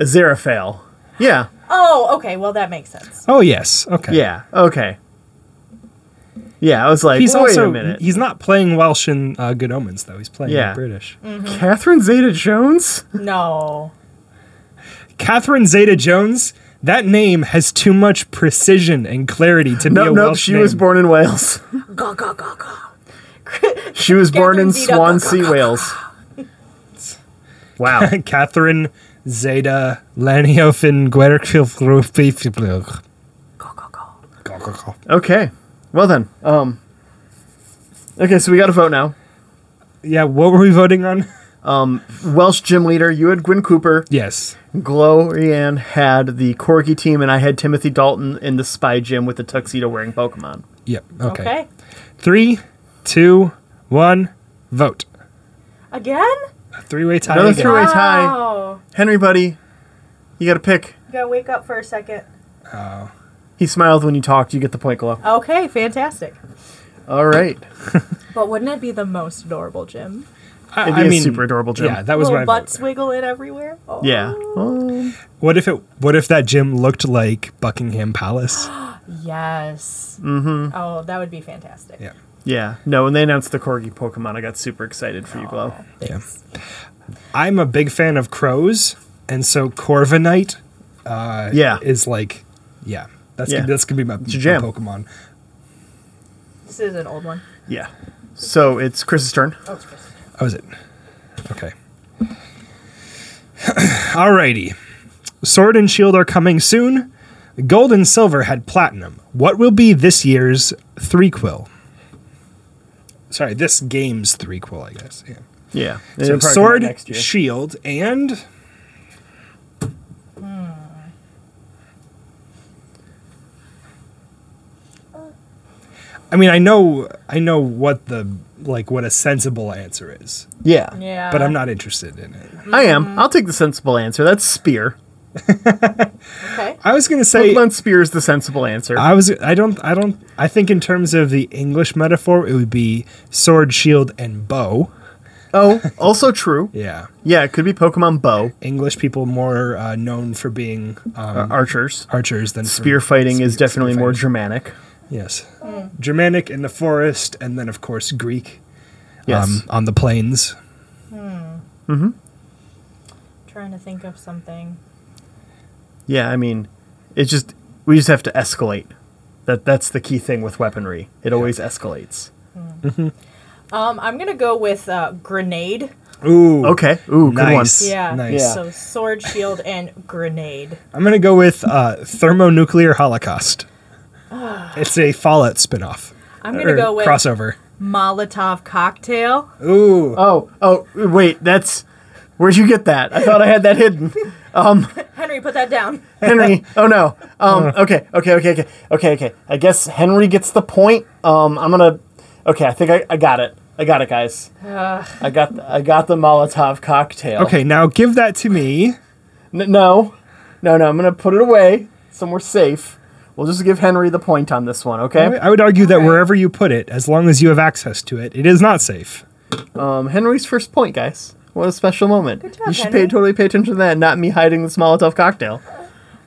Aziraphale. Yeah, Oh, okay. Well, that makes sense. Oh yes. Okay. yeah, okay. Yeah, I was like, He's wait also a minute. he's not playing Welsh in uh, Good Omens though. He's playing Yeah. British. Mm. Catherine Zeta Jones? No. Catherine Zeta Jones. That name has too much precision and clarity to be Nope, a nope, Welsh she name. was born in Wales. Go, go, go, go. She was born in Catherine Zeta- Swansea, Wales. Wow. Catherine Zeta Laniofen Gwerkfilfrufiflug. Go, go, go. Okay. Well then. Um. Okay, so we got to vote now. Yeah, what were we voting on? Welsh gym leader, you had Gwen Cooper. Yes. Glorian had the Corgi team, and I had Timothy Dalton in the spy gym with the tuxedo wearing Pokemon. Yep. Okay. Okay. Three, two, one, vote. Again? A three-way tie. Another again. three-way- Great tie. Wow. Henry, buddy, you got to pick. You gotta wake up for a second. He smiled when you talked. You get the point, Glow. Okay, fantastic. All right. But wouldn't it be the most adorable gym? I, It'd I be a mean, super adorable gym. Yeah, that was Little my vote. butts wiggle in everywhere. Oh. Yeah. Oh. What if it? What if that gym looked like Buckingham Palace? Yes. Mm-hmm. Oh, that would be fantastic. Yeah. Yeah. No, when they announced the Corgi Pokemon, I got super excited for you, Glow. Yeah. I'm a big fan of crows, and so Corviknight yeah. is like, yeah, that's Yeah. Gonna, that's gonna be my, my your jam. Pokemon. This is an old one. yeah. So it's Chris's turn. Oh, it's Chris. Oh, is it? Okay. Alrighty. Sword and Shield are coming soon. Gold and Silver had Platinum. What will be this year's threequel? Sorry, this game's threequel, I guess. Yeah. Yeah. It'll So probably come out sword, next year. shield, and I mean, I know, I know what the like what a sensible answer is, yeah. Yeah. but I'm Uh, not interested in it. I am. I'll take the sensible answer. That's Spear. Okay. I was gonna say, Pokemon Spear is the sensible answer. I was, I don't, I don't, I think in terms of the English metaphor, it would be sword, shield, and bow. oh, also true. Yeah, Yeah, it could be Pokemon Bow. uh, English people more uh, known for being um, Archers. archers than for Spear fighting is spear- definitely spear more Hmm. fighting. Germanic. Yes. Germanic in the forest, and then, of course, Greek Yes. um, on the plains. trying to think of something. yeah, I mean, it's just we just have to escalate. That that's the key thing with weaponry. It always escalates. Um, I'm gonna go with uh, grenade. Ooh. Okay. Ooh, good one. Nice. Yeah. Nice. Yeah. So sword, shield, and grenade. I'm going to go with uh, Thermonuclear Holocaust. it's a Fallout spinoff. I'm gonna or go with Crossover. Molotov cocktail. Ooh. Oh, oh, wait, that's where'd you get that? I thought I had that hidden. Henry, put that down. Henry. Oh no. Um, okay. Okay. Okay. Okay. Okay. Okay. I guess Henry gets the point. Um, I'm gonna. Okay. I think I, I got it. I got it, guys. I got the, I got the Molotov cocktail. Okay, now give that to me. N- no, no, no. I'm gonna put it away somewhere safe. We'll just give Henry the point on this one. Okay. I would argue that wherever you put it, as long as you have access to it, it is not safe. Um, Henry's first point, guys. What a special moment. job, you should pay Henry. totally pay attention to that. Not me hiding this Molotov cocktail.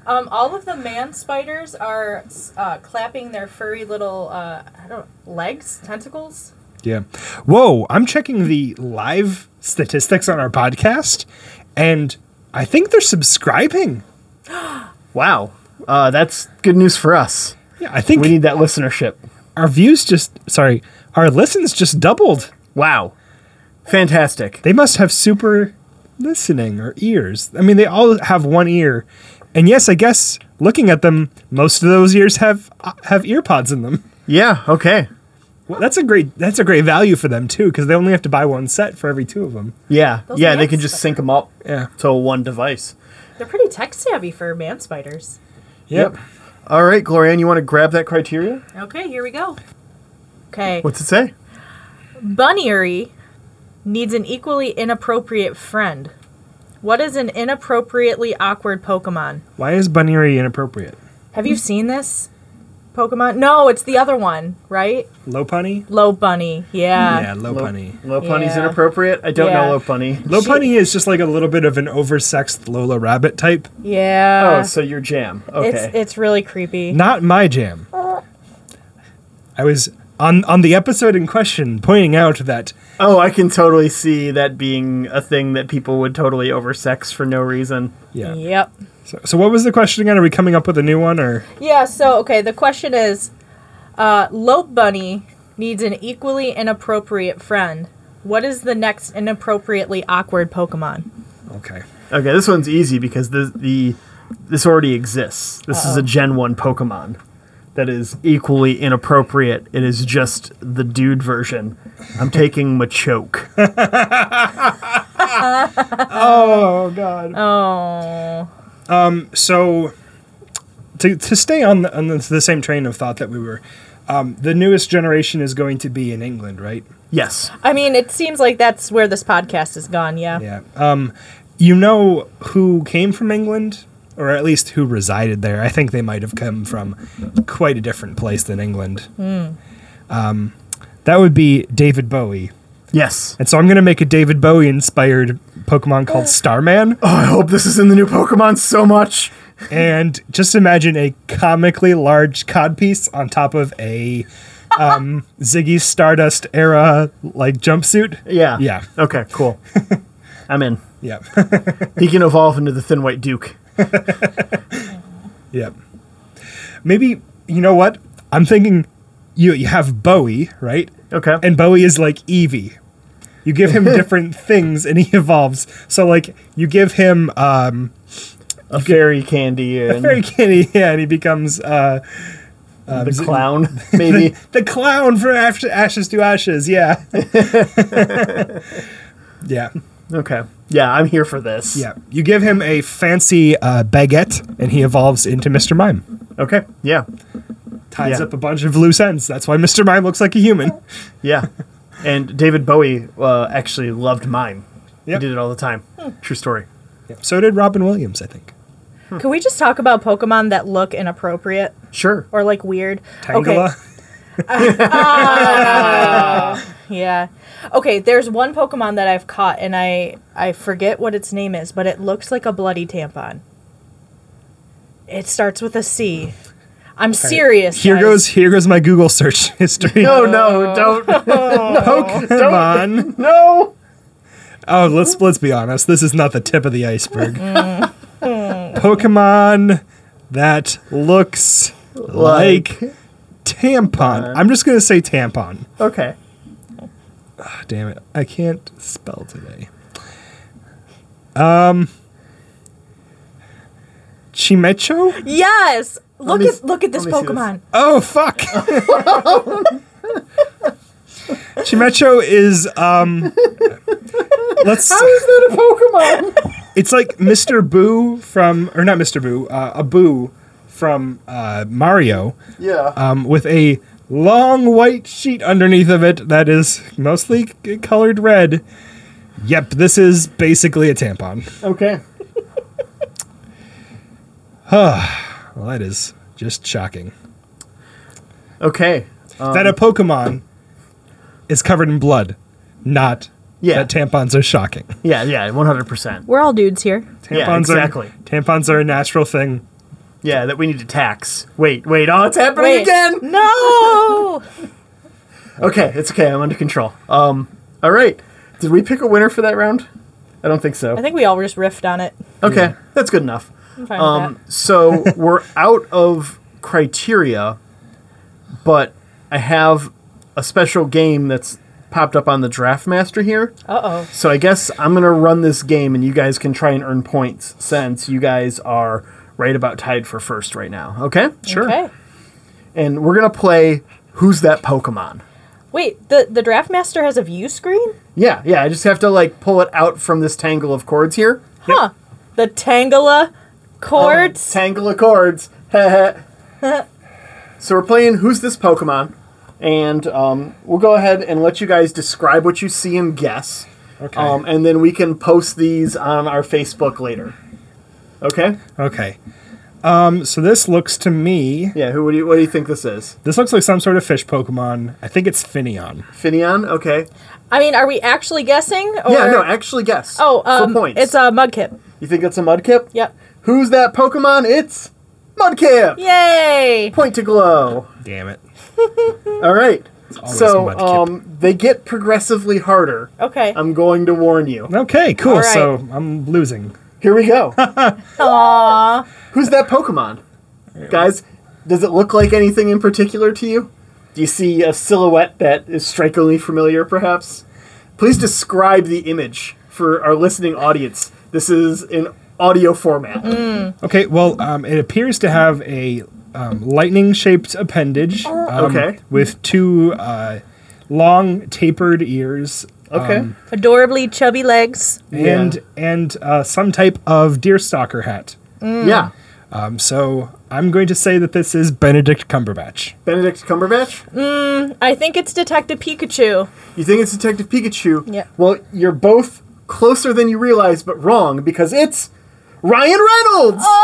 Um, all of the man spiders are uh, clapping their furry little uh, I don't legs, tentacles. Yeah. Whoa, I'm checking the live statistics on our podcast, and I think they're subscribing. Wow. Uh, that's good news for us. Yeah, I think We need that listenership. our views just sorry our listens just doubled Wow. Fantastic. they must have super listening or ears i mean they all have one ear and yes i guess looking at them most of those ears have uh, have ear pods in them Yeah, okay. well, that's a great that's a great value for them too because they only have to buy one set for every two of them Yeah. Those yeah, they ants? can just sync them up yeah to one device. They're pretty tech savvy for man spiders. yep, All right, Glorianne, you want to grab that criteria? Okay, here we go. Okay, What's it say? Bunnery needs an equally inappropriate friend. What is an inappropriately awkward Pokemon? why is bunnery inappropriate Have you seen this Pokemon? No, it's the other one, right? low punny Low Bunny. Yeah. yeah Ah, low punny Low punny's Yeah. inappropriate. I don't Yeah. know low punny. low punny is just like a little bit of an oversexed lola rabbit type Yeah. oh, so your jam. Okay. It's it's really creepy. Not my jam. I was on on the episode in question pointing out that oh, I can totally see that being a thing that people would totally oversex for no reason. yeah. Yep. So, so what was the question again? Are we coming up with a new one or Yeah, so okay, the question is uh Lope Bunny needs an equally inappropriate friend. What is the next inappropriately awkward Pokemon? okay? Okay, this one's easy because the the this already exists. This is a Gen 1 Pokemon that is equally inappropriate. It is just the dude version. I'm taking Machoke. Oh God. Oh. so to, to stay on the, on the, the same train of thought that we were, um, the newest generation is going to be in England, right? Yes. I mean, it seems like that's where this podcast has gone, yeah. Yeah. Um, you know who came from England, or at least who resided there. I think they might have come from quite a different place than England. Um, that would be David Bowie. Yes. And so I'm going to make a David Bowie inspired Pokemon called Starman. Oh, I hope this is in the new Pokemon so much. And just imagine a comically large codpiece on top of a Ziggy Stardust era like jumpsuit. Yeah. Yeah. Okay, cool. I'm in. Yep. He can evolve into the Thin White Duke. yep. Maybe you know what? I'm thinking you you have Bowie, right? Okay. And Bowie is like Eevee. You give him different things and he evolves. So like you give him um a fairy candy and Fairy Candy, yeah, and he becomes uh the clown, maybe. the clown from Ash- Ashes to Ashes, yeah. yeah. okay. Yeah, I'm here for this. Yeah. You give him a fancy uh, baguette and he evolves into Mr. Mime. Okay. Yeah. Ties Yeah. up a bunch of loose ends. That's why Mr. Mime looks like a human. Yeah. and David Bowie uh, actually loved mime. Yep. He did it all the time. True story. So did Robin Williams, I think. Can we just talk about Pokemon that look inappropriate Sure. or like weird? Tangela. Yeah. Okay, there's one Pokemon that I've caught and I I forget what its name is, but it looks like a bloody tampon. It starts with a C. I'm serious. Here guys. goes here goes my Google search history. No, no, don't. Pokemon. no. Oh, let's let's be honest. This is not the tip of the iceberg. Pokemon that looks like, tampon. I'm just gonna say tampon. Okay. Ah, damn it, I can't spell today. Um, Chimecho. Yes. Look me- at look at this let me see this. Pokemon. Oh fuck. Chimecho is um. Let's. Is that a Pokemon? It's like Mr. Boo from, or not Mr. Boo, uh, a Boo from uh, Mario, yeah. um, with a long white sheet underneath of it that is mostly c- colored red. Yep, this is basically a tampon. okay. Well, that is just shocking. Okay. that a Pokemon is covered in blood, not Yeah. that tampons are shocking. Yeah, yeah, 100%. We're all dudes here. Tampons Yeah, exactly. Are, tampons are a natural thing. Yeah, that we need to tax. Wait, wait, oh, it's happening Wait. again. No. Okay, it's okay. I'm under control. Um, all right. Did we pick a winner for that round? I don't think so. I think we all just riffed on it. okay, that's good enough. I'm fine with Um, that. so we're out of criteria, but I have a special game that's popped up on the draft master here. Uh oh. So I guess I'm gonna run this game, and you guys can try and earn points since you guys are right about tied for first right now. Okay. Sure. Okay. And we're gonna play Who's That Pokemon? Wait, the the draft master has a view screen? Yeah, yeah. I just have to like pull it out from this tangle of cords here. Huh. The Tangela cords. Tangle of cords. so we're playing Who's This Pokemon? And um, we'll go ahead and let you guys describe what you see and guess. Okay. Um, and then we can post these on our Facebook later. Okay? okay. Um, so this looks to me Yeah, who what do you, what do you think this is? This looks like some sort of fish Pokemon. I think it's Finneon. Finneon? Okay. I mean, are we actually guessing? Or... yeah, no, actually guess. Oh, um, for points. it's a Mudkip. you think it's a Mudkip? Yep. Who's that Pokemon? It's Mudkip! Yay! Point to glow. Damn it. All right. always So Mudkip. um, they get progressively harder. Okay. I'm going to warn you. Okay, cool. All right. So I'm losing. Here we go. Aww. Who's that Pokemon? Guys, does it look like anything in particular to you? Do you see a silhouette that is strikingly familiar, perhaps? Please describe the image for our listening audience. This is in audio format. Okay, well, um, it appears to have a um, lightning shaped appendage. um, Oh, Okay. With two uh, long tapered ears. Okay. um, Adorably chubby legs. and Yeah. and uh, some type of deerstalker hat. Yeah. Um, so I'm going to say that this is Benedict Cumberbatch. Benedict Cumberbatch? I think it's Detective Pikachu. You think it's Detective Pikachu? Yeah. Well, you're both closer than you realize, but wrong because it's Ryan Reynolds! Oh!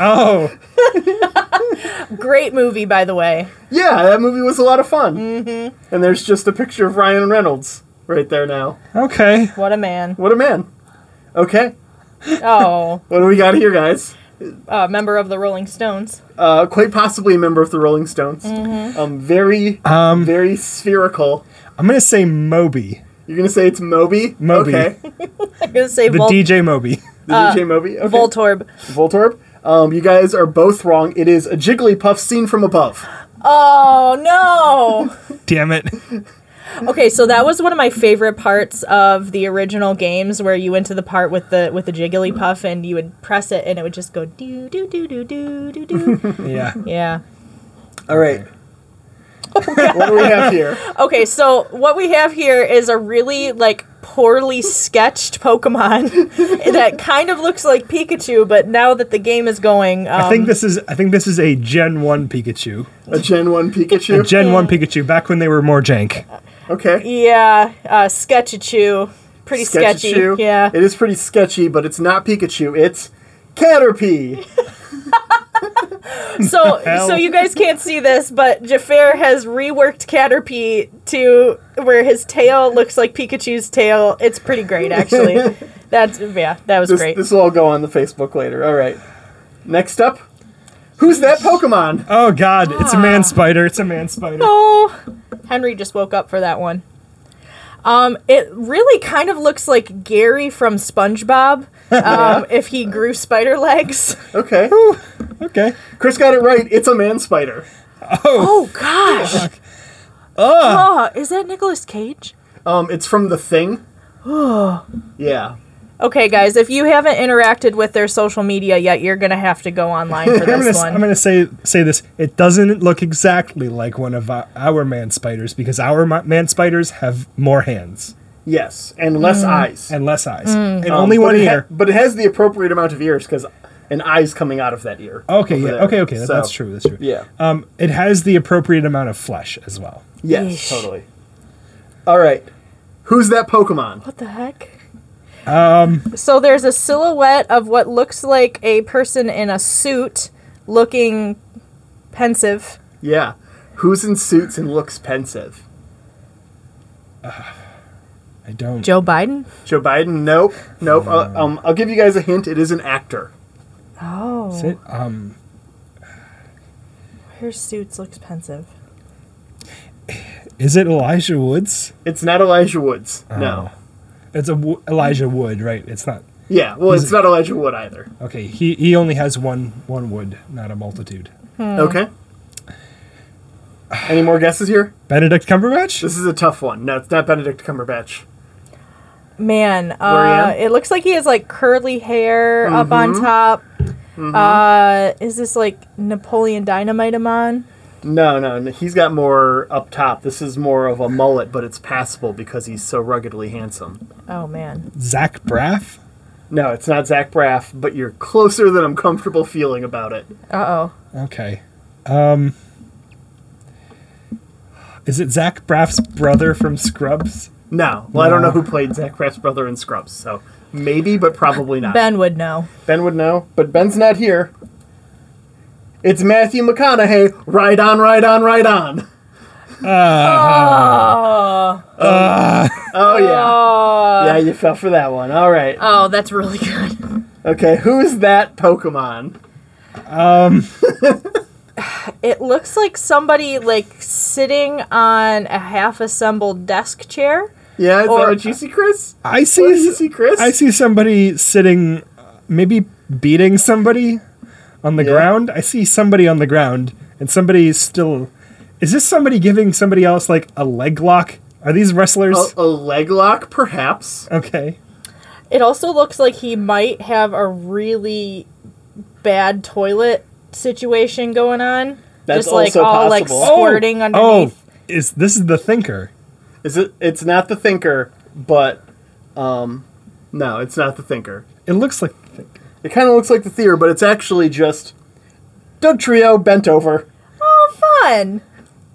Oh, Great movie, by the way. Yeah, that movie was a lot of fun. Mm-hmm. And there's just a picture of Ryan Reynolds right there now. okay. What a man. What a man. Okay, Oh. what do we got here, guys? uh, member of the Rolling Stones. Uh, quite possibly a member of the Rolling Stones. Mm-hmm. Um, very, very spherical. Um, I'm gonna say Moby, You're gonna say it's Moby. Moby. Okay. I'm gonna say the Vol- DJ Moby. The DJ Moby. Okay. Uh, Voltorb. Voltorb. Um, you guys are both wrong. It is a Jigglypuff seen from above. Oh Damn it! no! okay, so that was one of my favorite parts of the original games, where you went to the part with the with the Jigglypuff, and you would press it, and it would just go do do do do do do do. Yeah. yeah. All right. what do we have here? Okay, so what we have here is a really like poorly sketched Pokemon that kind of looks like Pikachu, but now that the game is going, um, I think this is I think this is a Gen One Pikachu. A Gen One Pikachu. Gen One Pikachu back when they were more jank. okay. yeah, uh, Sketchichu, pretty Sketchichu. sketchy. Yeah, It is pretty sketchy, but it's not Pikachu. It's Caterpie. so Hell. so you guys can't see this, but Jafar has reworked Caterpie to where his tail looks like Pikachu's tail. It's pretty great, actually. That's yeah, that was This, great. this will all go on the Facebook later. All right. Next up, who's that Pokemon? Oh God, it's a man spider. It's a man spider. Ah. Oh, Henry just woke up for that one. Um, it really kind of looks like Gary from SpongeBob um, if he grew spider legs. Okay. Okay. Chris got it right. It's a man spider. Oh gosh! Oh, is that Nicolas Cage? Um, it's from The Thing. yeah. Okay, guys, if you haven't interacted with their social media yet, you're gonna have to go online for I'm gonna, this s- I'm one. gonna say say this. It doesn't look exactly like one of our, our man spiders because our ma- man spiders have more hands Yes, and less eyes. Mm. and less eyes and Um, only but one it ha- ear. but it has the appropriate amount of ears because an eye's coming out of that ear. Okay, over yeah, there. okay, okay. that- So, That's true. That's true. Yeah. Um, it has the appropriate amount of flesh as well. Yes, Yeesh. totally. All right. Who's that Pokemon? What the heck? Um. So there's a silhouette of what looks like a person in a suit, looking pensive. Yeah. Who's in suits and looks pensive? I don't. Joe Biden. Joe Biden? Nope. Nope. Hmm. I'll, um, I'll give you guys a hint. It is an actor. Oh. Is it? Um, Her suits look expensive. is it Elijah Woods? It's not Elijah Woods. Ah. No. It's a w- Elijah Wood, right? It's not. Yeah. Well, it's not Elijah Wood either. Okay, he, he only has one one wood, not a multitude. Okay. Any more guesses here? Benedict Cumberbatch? This is a tough one. No, it's not Benedict Cumberbatch. Man, uh, Lorianne? it looks like he has like curly hair up on Mm-hmm. top. Uh, is this like Napoleon Dynamite him on? No, no, no, he's got more up top. This is more of a mullet, but it's passable because he's so ruggedly handsome. Oh man. Zach Braff? No, it's not Zach Braff, but you're closer than I'm comfortable feeling about it. Uh oh. Okay. Um, is it Zach Braff's brother from Scrubs? No, well, I don't No. know who played Zach Braff's brother in Scrubs, so maybe, but probably not. Ben would know. Ben would know, but Ben's not here. It's Matthew McConaughey. Right on, right on, right on. Uh, Oh. Oh yeah, Oh. yeah, you fell for that one. All right, Oh, that's really good. okay. Who is that Pokemon? It looks like somebody like sitting on a half-assembled desk chair. Yeah, is Or- that what you see, Chris? I see. What do you see, Chris? I see somebody sitting, uh, maybe beating somebody on the Yeah. ground. I see somebody on the ground, and somebody is still. Is this somebody giving somebody else like a leg lock? Are these wrestlers? A, a leg lock, perhaps. Okay. It also looks like he might have a really bad toilet situation going on. That's Just like also all like possible. squirting Oh, underneath. is this is the thinker? Is it? It's not the thinker, but um, no, it's not the thinker. It looks like the thinker. It kind of looks like the theater, but it's actually just Doug Trio bent over. Oh, fun!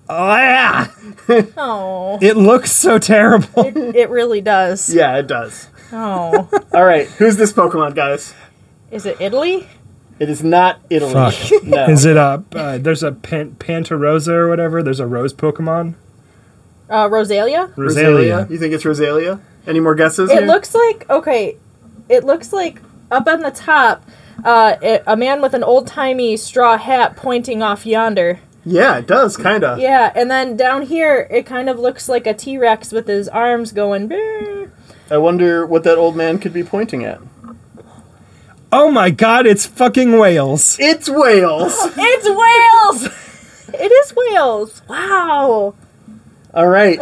Oh yeah! Oh, It looks so terrible. it really does. Yeah, it does. Oh, All right, who's this Pokemon, guys? is it Italy? It is not Italy. Fuck. No. Is it a? Uh, there's a pan- Pantarosa or whatever. There's a rose Pokemon. Uh, Rosalia? Rosalia? Rosalia. You think it's Rosalia? Any more guesses? It here? looks like okay. It looks like up on the top. Uh, it, a man with an old timey straw hat pointing off yonder. Yeah, it does kind of. Yeah, and then down here, it kind of looks like a T Rex with his arms going. "Brrr." I wonder what that old man could be pointing at. Oh my god, it's fucking whales. It's whales. It's whales! it is whales! Wow! All right.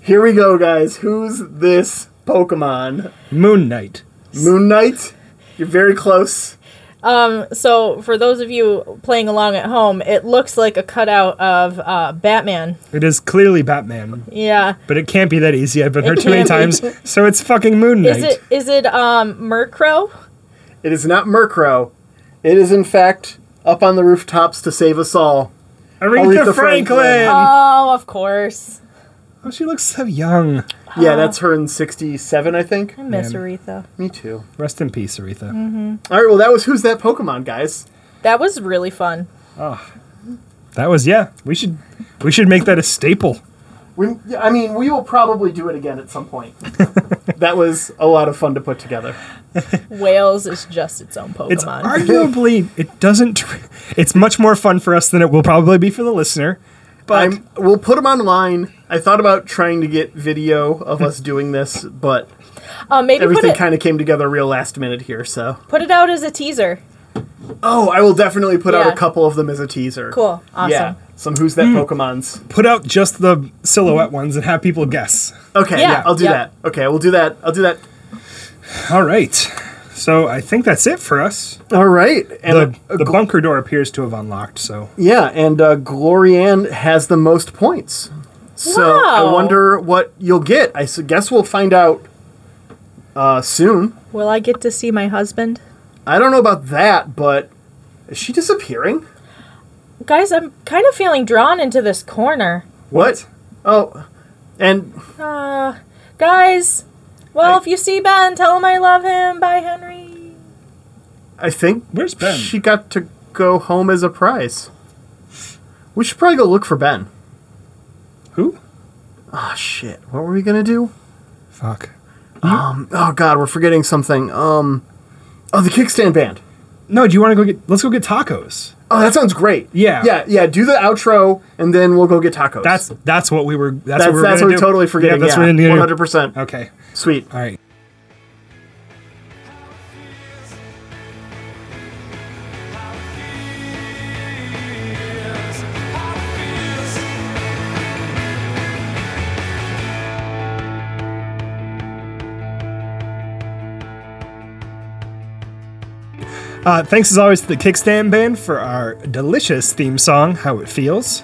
Here we go, guys. Who's this Pokemon? Moon Knight. Moon Knight? You're very close. So, for those of you playing along at home, it looks like a cutout of uh, Batman. It is clearly Batman, Yeah. but it can't be that easy. I've been heard too many can't times, so it's fucking Moon Knight. Is it is it um Murkrow? It is not Murkrow. It is, in fact, up on the rooftops to save us all. Aretha, Aretha Franklin. Franklin. Oh, of course. oh, she looks so young. Yeah, that's her in 67, I think. I miss Man. Aretha. Me too. Rest in peace, Aretha. All right, well, that was Who's That Pokemon, guys. That was really fun. That was yeah. We should we should make that a staple. We, I mean, we will probably do it again at some point. that was a lot of fun to put together. Wales is just its own Pokemon. It's arguably it doesn't. tr- It's much more fun for us than it will probably be for the listener. But I'm, we'll put them online. I thought about trying to get video of us doing this, but Uh, maybe put everything it, kind of came together real last minute here, so. put it out as a teaser. Oh, I will definitely put out Yeah. a couple of them as a teaser. Cool. Awesome. Yeah, some Who's That Pokemon's. put out just the silhouette ones and have people guess. Okay, Yeah, yeah, I'll do yeah. that. Okay, we'll do that. I'll do that. All right. So I think that's it for us. All right. And The, uh, the bunker door appears to have unlocked. So yeah, and uh, Glorianne has the most points. So I Wow. wonder what you'll get. I su- guess we'll find out uh, soon. Will I get to see my husband? I don't know about that, but is she disappearing? Guys, I'm kind of feeling drawn into this corner. What? Oh, and Uh, guys, well, if you see Ben, tell him I love him. Bye, Henry. I think where's Ben? she got to go home as a prize. We should probably go look for Ben. Who? Oh shit! What were we gonna do? Fuck. Um. Oh god, we're forgetting something. Um. Oh, the kickstand band. No, do you want to go get? Let's go get tacos. Oh, that sounds great. Yeah. Yeah. Yeah. Do the outro, and then we'll go get tacos. That's that's what we were. that's That's, what we were that's gonna what we do. totally Yeah, forgetting. that's what we One need to hundred do. percent. Okay. Sweet. All right. Uh, thanks as always to the Kickstand Band for our delicious theme song, How It Feels.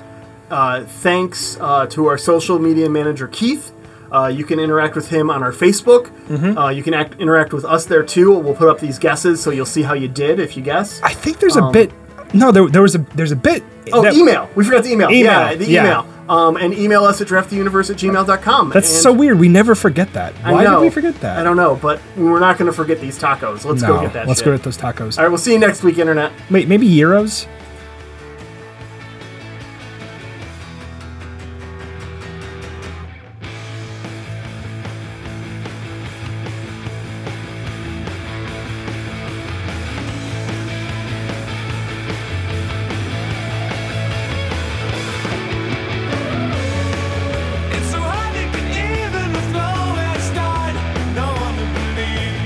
Uh, thanks uh, to our social media manager Keith. Uh, you can interact with him on our Facebook. Uh, you can act, interact with us there too. We'll put up these guesses, so you'll see how you did if you guess. I think there's a bit. No, there, there was a there's a bit. Um, Oh, that- email. We forgot the email. Email, Yeah, the yeah. email. Um, and email us at drafttheuniverse at gmail.com. That's and so weird. We never forget that. I Why know. did we forget that? I don't know, but we're not going to forget these tacos. Let's no, go get that Let's shit. go get those tacos. All right, we'll see you next week, Internet. Wait, maybe euros? It's so hard to get even with nowhere to start, no one to believe.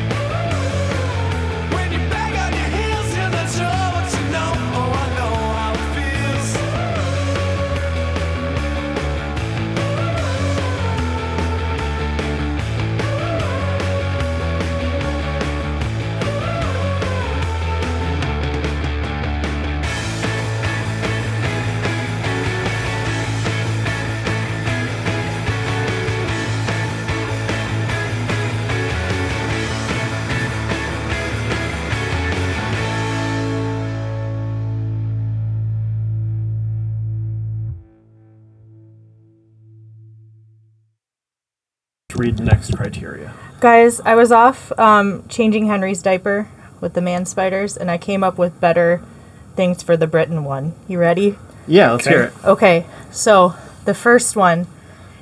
When you're back on your heels, you're not sure what you know. Oh, I know how it feels. Read next criteria. Guys, I was off um, changing Henry's diaper with the man spiders, and I came up with better things for the Britain one. You ready? Yeah, let's hear it. Okay, so the first one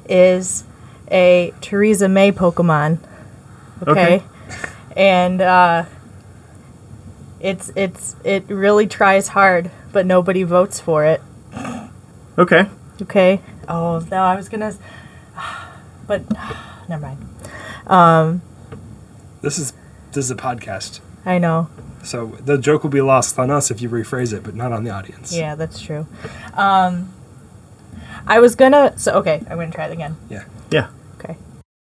is a Theresa May Pokemon. Okay. Okay. And uh, It's it's it really tries hard, but nobody votes for it. Okay. Okay. Oh no, I was gonna, but never mind. This is this is a podcast, I know. so the joke will be lost on us if you rephrase it, but not on the audience. Yeah, that's true. Um, I was gonna. So okay, I'm gonna try it again. Yeah. Yeah.